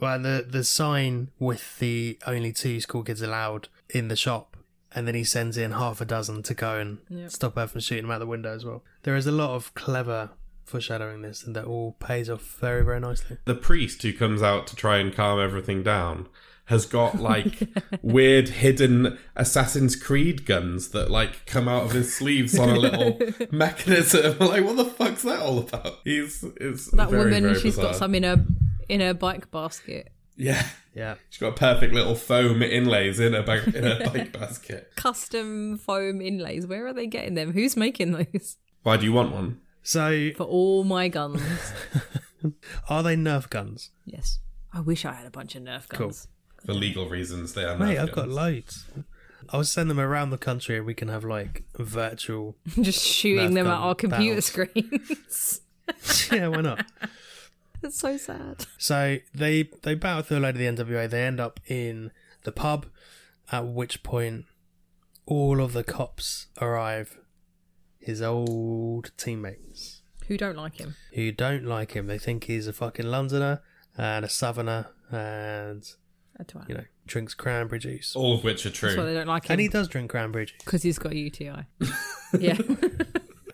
C: Well, and the the sign with the only two school kids allowed in the shop, and then he sends in half a dozen to go and stop her from shooting them out the window as well. There is a lot of clever foreshadowing this, and that all pays off very very nicely.
A: the priest who comes out to try and calm everything down has got like weird hidden Assassin's Creed guns that like come out of his sleeves on a little mechanism. like, what the fuck's that all about? He's it's
B: That
A: very,
B: woman,
A: very
B: she's
A: bizarre.
B: got some in her in her bike basket.
A: yeah.
C: Yeah.
A: She's got perfect little foam inlays in her bag in her bike basket.
B: Custom foam inlays. Where are they getting them? Who's making those?
A: Why do you want one?
C: So
B: For all my guns.
C: Are they Nerf guns?
B: yes. I wish I had a bunch of Nerf guns.
A: For legal reasons, they are.
C: Mate,
A: Nerf
C: I've got
A: guns.
C: loads. I'll send them around the country and we can have like virtual.
B: Just shooting
C: Nerf
B: them at
C: gun
B: our computer
C: battles.
B: screens.
C: yeah, why not?
B: That's so sad.
C: So they they battle through a load of the NWA. They end up in the pub, at which point all of the cops arrive. His old teammates
B: Who don't like him?
C: who don't like him. They think he's a fucking Londoner and a Southerner and
B: A twat.
C: you know drinks cranberry juice.
A: All of which are
B: That's why
A: true.
B: they don't like
C: And he
B: him.
C: does drink cranberry juice.
B: Because he's got a UTI. yeah.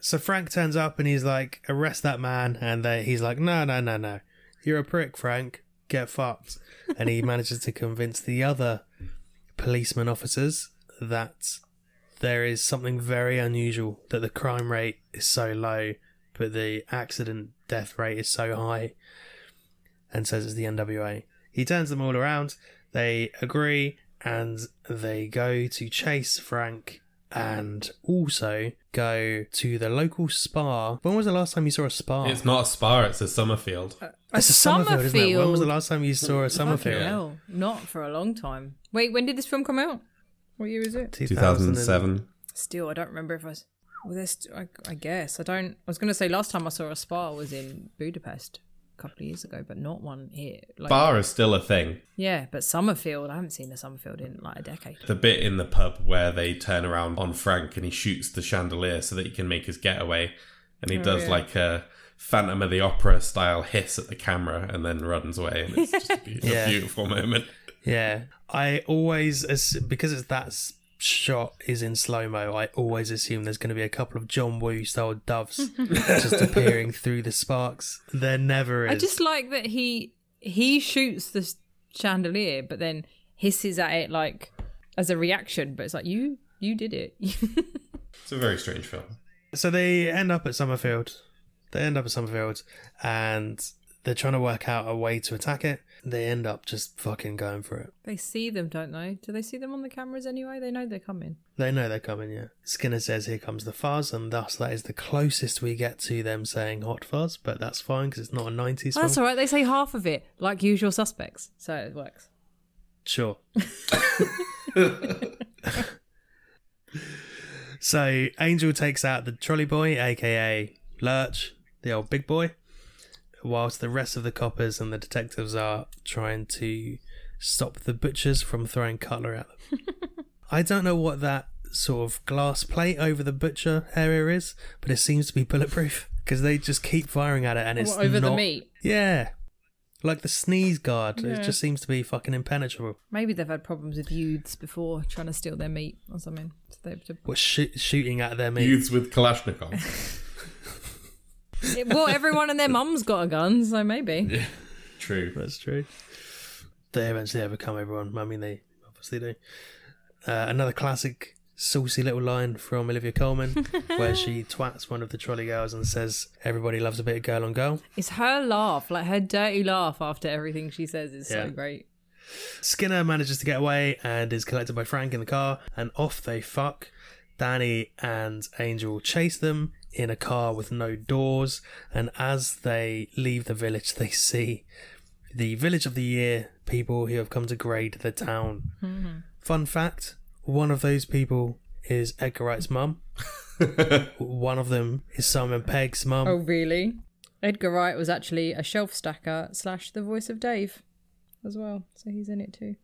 C: So Frank turns up and he's like, arrest that man. And they, he's like, no, no, no, no. You're a prick, Frank. Get fucked. And he manages to convince the other policeman officers that there is something very unusual, that the crime rate is so low, but the accident death rate is so high, and says it's the NWA. He turns them all around. They agree and they go to chase Frank and also go to the local spa. When was the last time you saw a spa?
A: It's not a spa; it's a summer field.
C: It's a Summerfield, isn't it? When was the last time you saw a
B: Fucking
C: Summerfield?
B: hell. Not for a long time. Wait, when did this film come out? What year is it?
A: 2007.
B: Still, I don't remember if I. s- Well, there's, I, I guess I don't. I was going to say last time I saw a spa was in Budapest, a couple of years ago, but not one here. Like,
A: Bar is still a thing.
B: yeah, but Summerfield, I haven't seen a Summerfield in like a decade.
A: The bit in the pub where they turn around on Frank and he shoots the chandelier so that he can make his getaway, and he does like a Phantom of the Opera style hiss at the camera and then runs away, and it's just a, be- a
C: Yeah.
A: beautiful moment.
C: Yeah, I always as because it's that s- shot is in slow mo. I always assume there's going to be a couple of John Woo style doves just appearing through the sparks. There never is.
B: I just like that he he shoots the chandelier, but then hisses at it like as a reaction. But it's like you you did it.
A: It's a very strange film.
C: So they end up at Summerfield. They end up at Summerfield and they're trying to work out a way to attack it. They end up just fucking going for it.
B: they see them, don't they? Do they see them on the cameras anyway? They know they're coming.
C: They know they're coming, yeah. Skinner says, Here comes the fuzz, and thus that is the closest we get to them saying hot fuzz, but that's fine because it's not a 90s
B: Oh, that's all
C: film.
B: right. They say half of it, like usual suspects, so it works.
C: Sure. so Angel takes out the trolley boy, aka Lurch, the old big boy, whilst the rest of the coppers and the detectives are trying to stop the butchers from throwing cutler at them. I don't know what that sort of glass plate over the butcher area is, but it seems to be bulletproof because they just keep firing at it and it's
B: What, over the
C: not-
B: meat.
C: Yeah. Like the sneeze guard, it just seems to be fucking impenetrable.
B: Maybe they've had problems with youths before trying to steal their meat or something. So they've to-
C: What shoot, shooting at their meat?
A: Youths with Kalashnikovs.
B: well, everyone and their mum's got a gun, so maybe.
A: True.
C: That's true. They eventually overcome everyone. I mean, they obviously do. Uh, another classic saucy little line from Olivia Coleman, where she twats one of the trolley girls and says, "Everybody loves a bit of girl on girl."
B: It's her laugh, like her dirty laugh after everything she says is
C: Yeah.
B: so great.
C: Skinner manages to get away and is collected by Frank in the car, and off they fuck. Danny and Angel chase them in a car with no doors, and as they leave the village, they see the village of the year people who have come to grade the town. Fun fact one of those people is Edgar Wright's mum, one of them is Simon Pegg's mum.
B: Oh, really? Edgar Wright was actually a shelf stacker slash the voice of Dave as well, so he's in it too.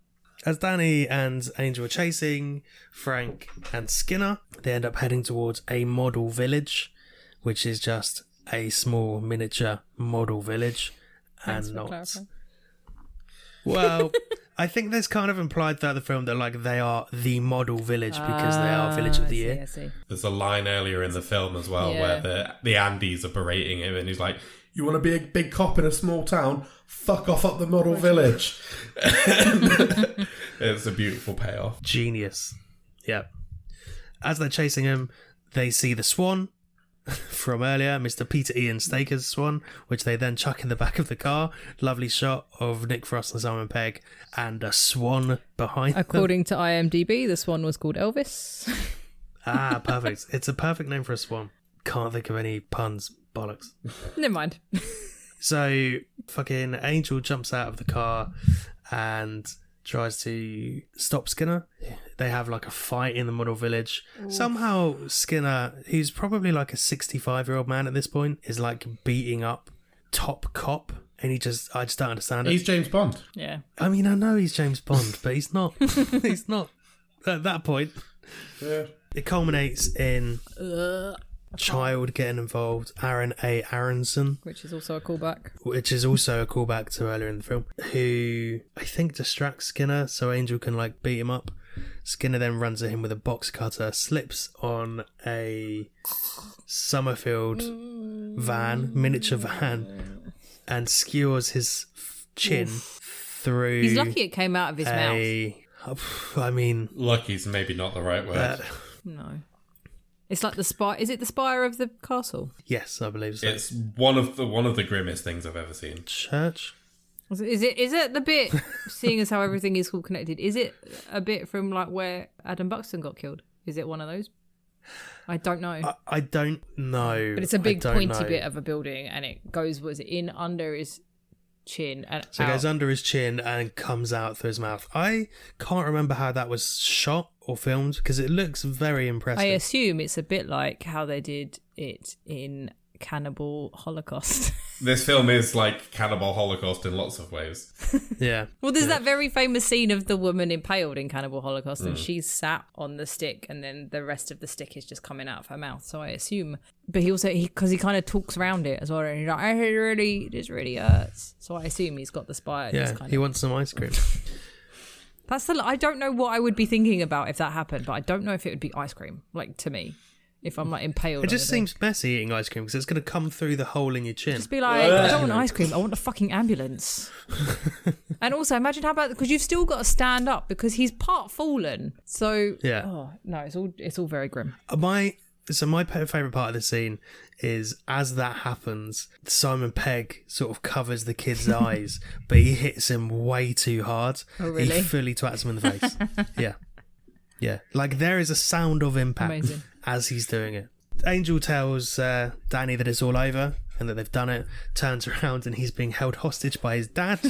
C: As Danny and Angel are chasing Frank and Skinner, they end up heading towards a model village, which is just a small miniature model village,
B: Thanks
C: and
B: for
C: not.
B: clarifying.
C: Well, I think there's kind of implied throughout the film that like they are the model village because they are village of the year.
B: Ah, I see.
A: There's a line earlier in the film as well
B: Yeah.
A: where the the Andes are berating him and he's like, "You want to be a big cop in a small town? Fuck off up the model village." it's a beautiful payoff.
C: Genius. Yep. As they're chasing him, they see the swan from earlier, Mr. Peter Ian Staker's swan, which they then chuck in the back of the car. Lovely shot of Nick Frost and Simon Pegg and a swan behind them.
B: According to IMDb, this one was called Elvis.
C: Ah, perfect. it's a perfect name for a swan. Can't think of any puns. Bollocks.
B: Never mind.
C: So fucking Angel jumps out of the car and tries to stop Skinner. They have like a fight in the model village. Somehow Skinner, who's probably like a 65 year old man at this point, is like beating up top cop. And he just, I just don't understand it.
A: He's James Bond.
B: Yeah.
C: I mean, I know he's James Bond, but he's not. he's not at that point. It culminates in child getting involved. Aaron A. Aronson
B: Which is also a callback.
C: which is also a callback to earlier in the film, who I think distracts Skinner so Angel can like beat him up. Skinner then runs at him with a box cutter, slips on a Summerfield van, miniature van, and skewers his f- chin through.
B: He's lucky it came out of his mouth.
C: a. I mean,
A: Lucky's maybe not the right word.
C: uh,
B: No. It's like the spire. Is it the spire of the castle?
C: yes, I believe so.
A: it's one of the one of the grimmest things I've ever seen.
C: Church.
B: Is it- Is it is it the bit seeing as how everything is all connected? Is it a bit from like where Adam Buxton got killed? Is it one of those? I don't know.
C: I, I don't know.
B: but it's a
C: I
B: big
C: don't
B: pointy
C: know.
B: bit of a building and it goes was it in under his chin and
C: So it
B: out.
C: goes under his chin and comes out through his mouth. I can't remember how that was shot or filmed because it looks very
B: I
C: impressive.
B: assume it's a bit like how they did it in Cannibal Holocaust.
A: This film is like Cannibal Holocaust in lots of ways.
C: Yeah.
B: Well, there's that very famous scene of the woman impaled in Cannibal Holocaust, and
C: Mm.
B: she's sat on the stick, and then the rest of the stick is just coming out of her mouth. So I assume, but he also he because he kind of talks around it as well, and he's like, "Oh, it really, this really hurts." So I assume he's got the spire. and he's
C: Yeah.
B: kind
C: He
B: of,
C: wants some ice cream.
B: that's the. I don't know what I would be thinking about if that happened, but I don't know if it would be ice cream. Like to me, if I'm like impaled,
C: It
B: on
C: just
B: a thing.
C: seems messy eating ice cream because it's going to come through the hole in your chin.
B: Just be like, I don't want ice cream. I want a fucking ambulance. and also, imagine how about because you've still got to stand up because he's part fallen. So
C: Yeah. Uh,
B: oh, no, it's all it's all very grim.
C: my so my pe- favorite part of the scene is as that happens simon pegg sort of covers the kid's eyes but he hits him way too hard
B: Oh,
C: he
B: really?
C: fully twats him in the face yeah yeah like there is a sound of impact
B: Amazing.
C: as he's doing it angel tells uh, danny that it's all over and that they've done it turns around and he's being held hostage by his dad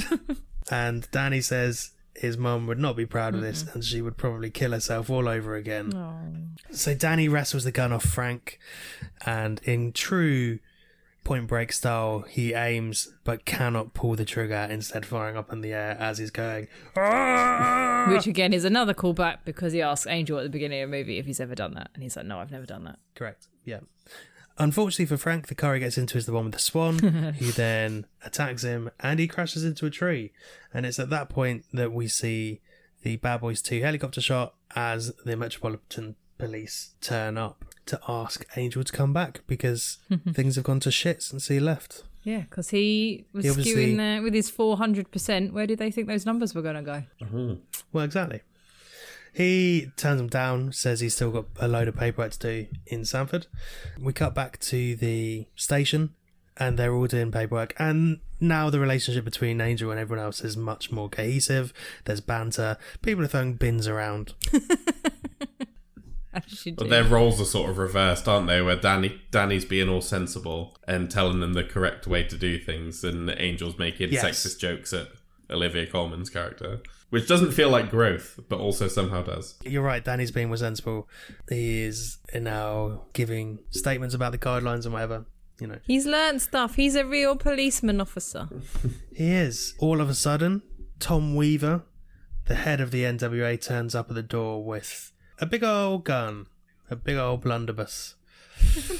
C: and danny says his mum would not be proud of this and she would probably kill herself all over again so Danny wrestles the gun off Frank, and in true point break style, he aims but cannot pull the trigger, instead, firing up in the air as he's going. "Ah!"
B: Which again is another callback because he asks Angel at the beginning of the movie if he's ever done that, and he's like, "No, I've never done that."
C: Correct. Yeah. Unfortunately for Frank, the car he gets into is the one with the swan, who then attacks him and he crashes into a tree. And it's at that point that we see the Bad Boys 2 helicopter shot as the Metropolitan Police turn up to ask Angel to come back because things have gone to shit since he left.
B: Yeah, because he was
C: He obviously-
B: skewing there with his four hundred percent. Where did they think those numbers were going to go?
C: Well, exactly. He turns him down, says he's still got a load of paperwork to do in Sanford. We cut back to the station and they're all doing paperwork. And now the relationship between Angel and everyone else is much more cohesive. There's banter. People are throwing bins around.
B: As you do.
A: But their roles are sort of reversed, aren't they? Where Danny Danny's being all sensible and telling them the correct way to do things, and Angel's making
C: Yes.
A: sexist jokes at Olivia Colman's character, which doesn't feel like growth, but also somehow does.
C: You're right, Danny's being more sensible. He is now giving statements about the guidelines and whatever. You know,
B: He's learned stuff. He's a real policeman officer.
C: He is. All of a sudden, Tom Weaver, the head of the NWA, turns up at the door with a big old gun, a big old blunderbuss.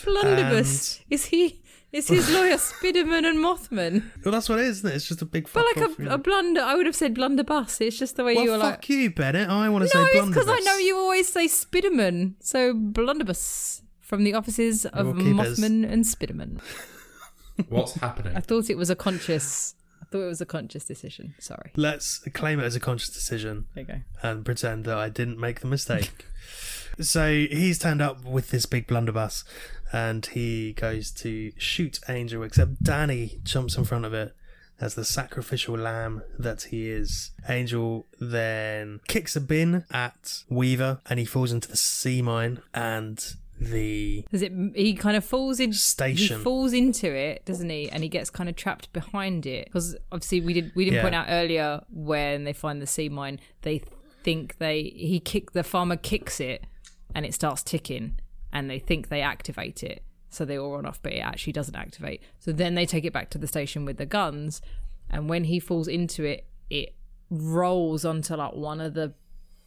B: Blunderbuss. Is he? Is his lawyer Spiderman and Mothman?
C: Well, that's what it is, isn't it? It's just a big fuck
B: But like
C: off, you
B: a,
C: know.
B: a blunder, I would have said blunderbuss. It's just the way
C: well,
B: you were
C: fuck
B: like.
C: you, Bennett. I want to
B: no,
C: say
B: it's
C: blunderbuss.
B: because I know you always say Spiderman. So blunderbuss from the offices of
C: will keep us-
B: Mothman and Spiderman.
A: What's
B: I
A: happening?
B: thought it was a conscious. I thought it was a conscious decision. Sorry.
C: Let's claim it as a conscious decision
B: There you go.
C: and pretend that I didn't make the mistake. so he's turned up with this big blunderbuss and he goes to shoot Angel, except Danny jumps in front of it as the sacrificial lamb that he is. Angel then kicks a bin at Weaver and he falls into the sea mine and the.
B: Because it, he kind of falls in
C: Station.
B: He falls into it, doesn't he? And he gets kind of trapped behind it. Because obviously we did we didn't
C: Yeah.
B: point out earlier when they find the sea mine, they think they he kick the farmer kicks it, and it starts ticking, and they think they activate it. So they all run off, but it actually doesn't activate. So then they take it back to the station with the guns, and when he falls into it, it rolls onto like one of the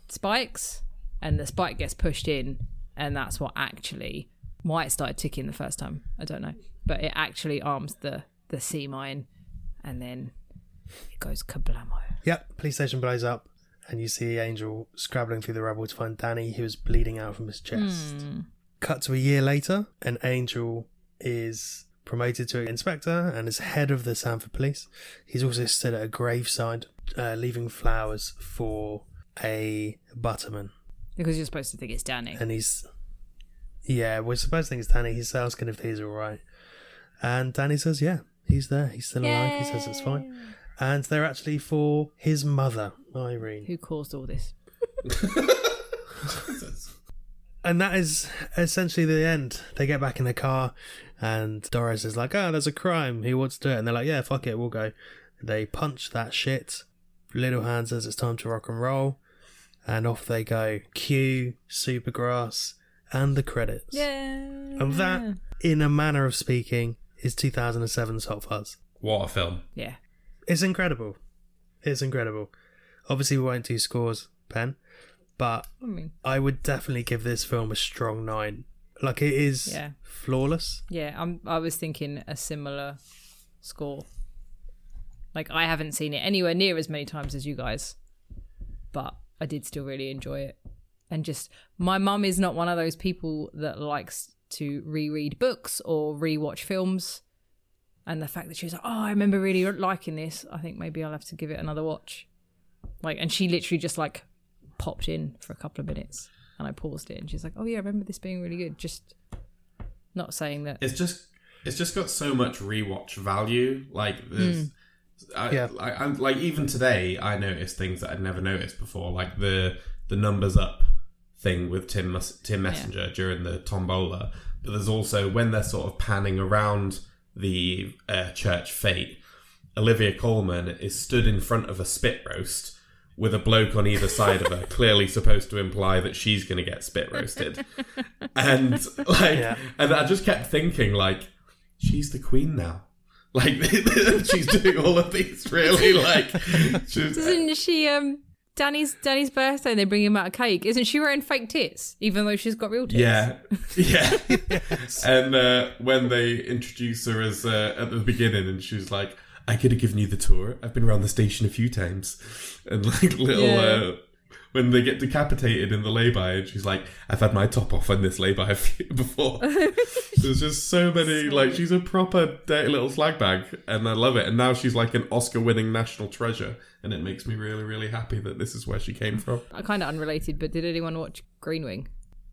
B: spikes and the spike gets pushed in and that's what actually why it started ticking the first time i don't know but it actually arms the the sea mine and then it goes kablamo
C: Yep, police station blows up. And you see Angel scrabbling through the rubble to find Danny, who is bleeding out from his chest. Cut to a year later, and Angel is promoted to inspector and is head of the Sanford Police. He's also stood at a graveside, uh, leaving flowers for a butterman.
B: because you're supposed to think it's danny
C: And he's, yeah, we're supposed to think it's Danny. He's asking if he's all right, and Danny says, yeah, he's there. He's still alive. He says it's fine, and they're actually for his mother, Irene.
B: who caused all this
C: and that is essentially the end. They get back in the car, and Doris is like, "Oh, there's a crime. Who wants to do it?" And they're like, "Yeah, fuck it, we'll go." They punch that shit. Little Hand says it's time to rock and roll, and off they go. Cue Supergrass and the credits.
B: yeah
C: And that, in a manner of speaking, is 2007's Hot Fuzz.
A: What a film.
B: Yeah.
C: It's incredible. It's incredible. Obviously, we won't do scores, Pen, but
B: I mean,
C: I would definitely give this film a strong nine. Like it is
B: Yeah.
C: flawless.
B: yeah, I'm, I was thinking a similar score. Like, I haven't seen it anywhere near as many times as you guys, but I did still really enjoy it. And just, my mum is not one of those people that likes to reread books or rewatch films. And the fact that she was like, oh, I remember really liking this, I think maybe I'll have to give it another watch. Like, and she literally just like popped in for a couple of minutes and I paused it and she's like, oh, yeah, I remember this being really good. Just not saying that
A: It's just it's just got so much rewatch value. Like there's I,
C: Yeah.
A: I, I'm like even today I noticed things that I'd never noticed before, like the the numbers up thing with Tim Mes- Tim Messenger during the tombola. But there's also when they're sort of panning around the uh, church fete, Olivia Coleman is stood in front of a spit roast with a bloke on either side of her, clearly supposed to imply that she's going to get spit roasted. and like,
C: Yeah.
A: and I just kept thinking, like, she's the queen now. Like, she's doing all of these really like. She's,
B: Isn't she um Danny's Danny's birthday and they bring him out a cake? Isn't she wearing fake tits? Even though she's got real tits.
A: Yeah, yeah. And uh, when they introduce her as uh, at the beginning, and she's like, "I could have given you the tour. I've been around the station a few times," and like little.
B: Yeah.
A: Uh, when they get decapitated in the lay-by, and she's like, "I've had my top off on this lay-by before." There's just so many, like, she's a proper dirty little slag bag, and I love it. And now she's like an Oscar-winning national treasure, and it makes me really, really happy that this is where she came from.
B: Uh, Kinda unrelated, but did anyone watch Green Wing?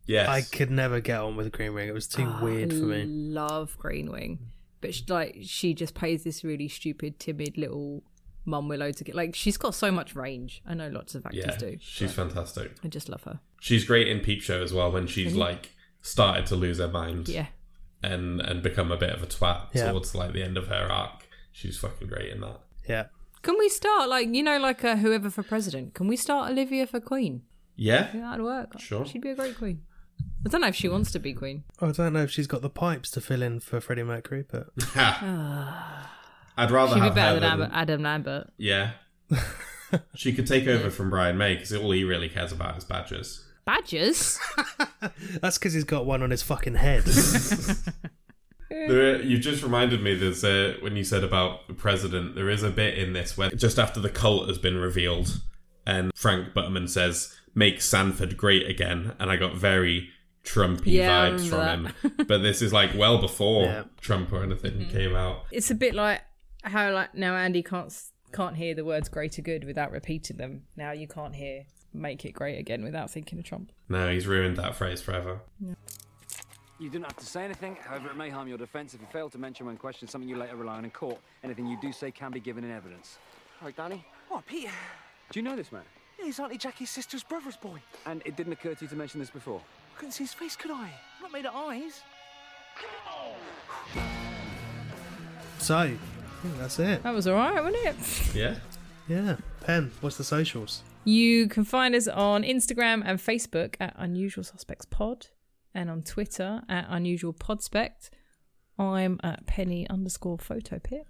A: Yes,
C: I could never get on with Green Ring. It was too weird for
B: I
C: me.
B: love Green Wing. But she, like she just plays this really stupid, timid little mum with loads of like she's got so much range. I know lots of actors
A: yeah,
B: do.
A: she's fantastic.
B: I just love her.
A: She's great in Peep Show as well when she's like started to lose her mind
B: Mm-hmm. Yeah.
A: and and become a bit of a twat
C: Yeah.
A: towards like the end of her arc. She's fucking great in that.
B: Ah.
C: Yeah.
B: Can we start like you know like uh, whoever for president? Can we start Olivia for queen?
A: Yeah,
B: That'd work.
A: Sure.
B: She'd be a great queen. I don't know if she wants to be queen.
C: I don't know if she's got the pipes to fill in for Freddie Mercury, but
A: Ha. I'd rather
B: Ah. She'd be
A: have
B: better
A: her
B: than Adam, Adam Lambert.
A: yeah. she could take over from Brian May because all he really cares about is badgers.
B: Badgers.
C: that's because he's got one on his fucking head.
A: There, you just reminded me. There's a, when you said about the president. There is a bit in this where just after the cult has been revealed, and Frank Butterman says, "Make Sanford great again," and I got very Trumpy
B: Yeah, I
A: vibes
B: remember
A: from him. but this is like well before
C: Yeah.
A: Trump or anything
B: Mm-hmm.
A: came out.
B: it's a bit like how like now Andy can't s- can't hear the words "greater good" without repeating them. Now you can't hear "make it great again" without thinking of Trump.
A: No, he's ruined that phrase forever.
H: You do not have to say anything. However, it may harm your defense if you fail to mention when questioned something you later rely on in court. Anything you do say can be given in evidence.
J: All right, Danny.
H: What, Peter? Do you know this man? Yeah, he's Auntie Jackie's sister's brother's boy. And it didn't occur to you to mention this before? I couldn't see his face, could I? Not made of eyes.
C: so, I think that's it.
B: That was all right, wasn't it?
A: Yeah,
C: Yeah. Pen, what's the socials?
B: You can find us on Instagram and Facebook at Unusual Suspects Pod, and on Twitter at Unusual Podspect. I'm at Penny underscore photo pit.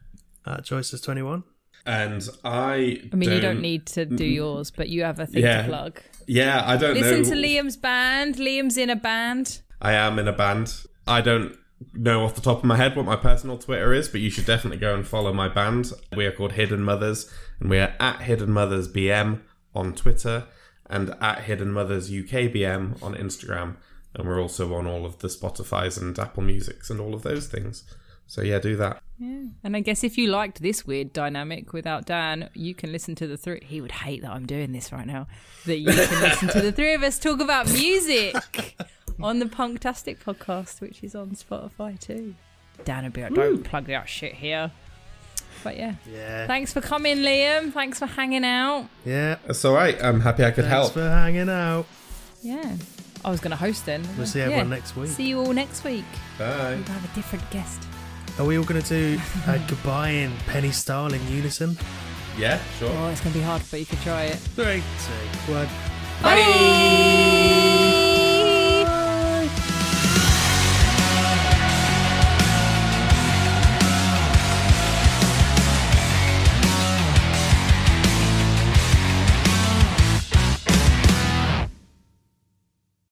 C: At Joyce's21.
A: and I.
B: I mean, you don't need to do yours, but you have a thing
A: Yeah.
B: to plug.
A: Yeah, I don't
B: Listen
A: know.
B: to Liam's band. Liam's in a band.
A: I am in a band. I don't know off the top of my head what my personal Twitter is, but you should definitely go and follow my band. We are called Hidden Mothers, and we are at Hidden Mothers BM on Twitter and at Hidden Mothers UKBM on Instagram. And we're also on all of the Spotify's and Apple Musics and all of those things. So yeah, do that.
B: And I guess if you liked this weird dynamic without Dan, you can listen to the three. He would hate that I'm doing this right now. That you can listen to the three of us talk about music on the Punktastic podcast, which is on Spotify too. Dan would be like, "Don't plug that shit here." But yeah,
C: Yeah.
B: thanks for coming, Liam. Thanks for hanging out.
C: Yeah.
A: That's all right. I'm happy I could
C: Thanks
A: help.
C: for hanging out.
B: Yeah, I was going to host then.
C: We'll see everyone next week.
B: See you all next week.
A: Bye.
B: We'll have a different guest.
C: Are we all going to do a goodbye in Penny style in unison?
A: Yeah, sure.
B: Oh, it's going to be hard, but you could try it.
C: Three, two, one.
B: Bye.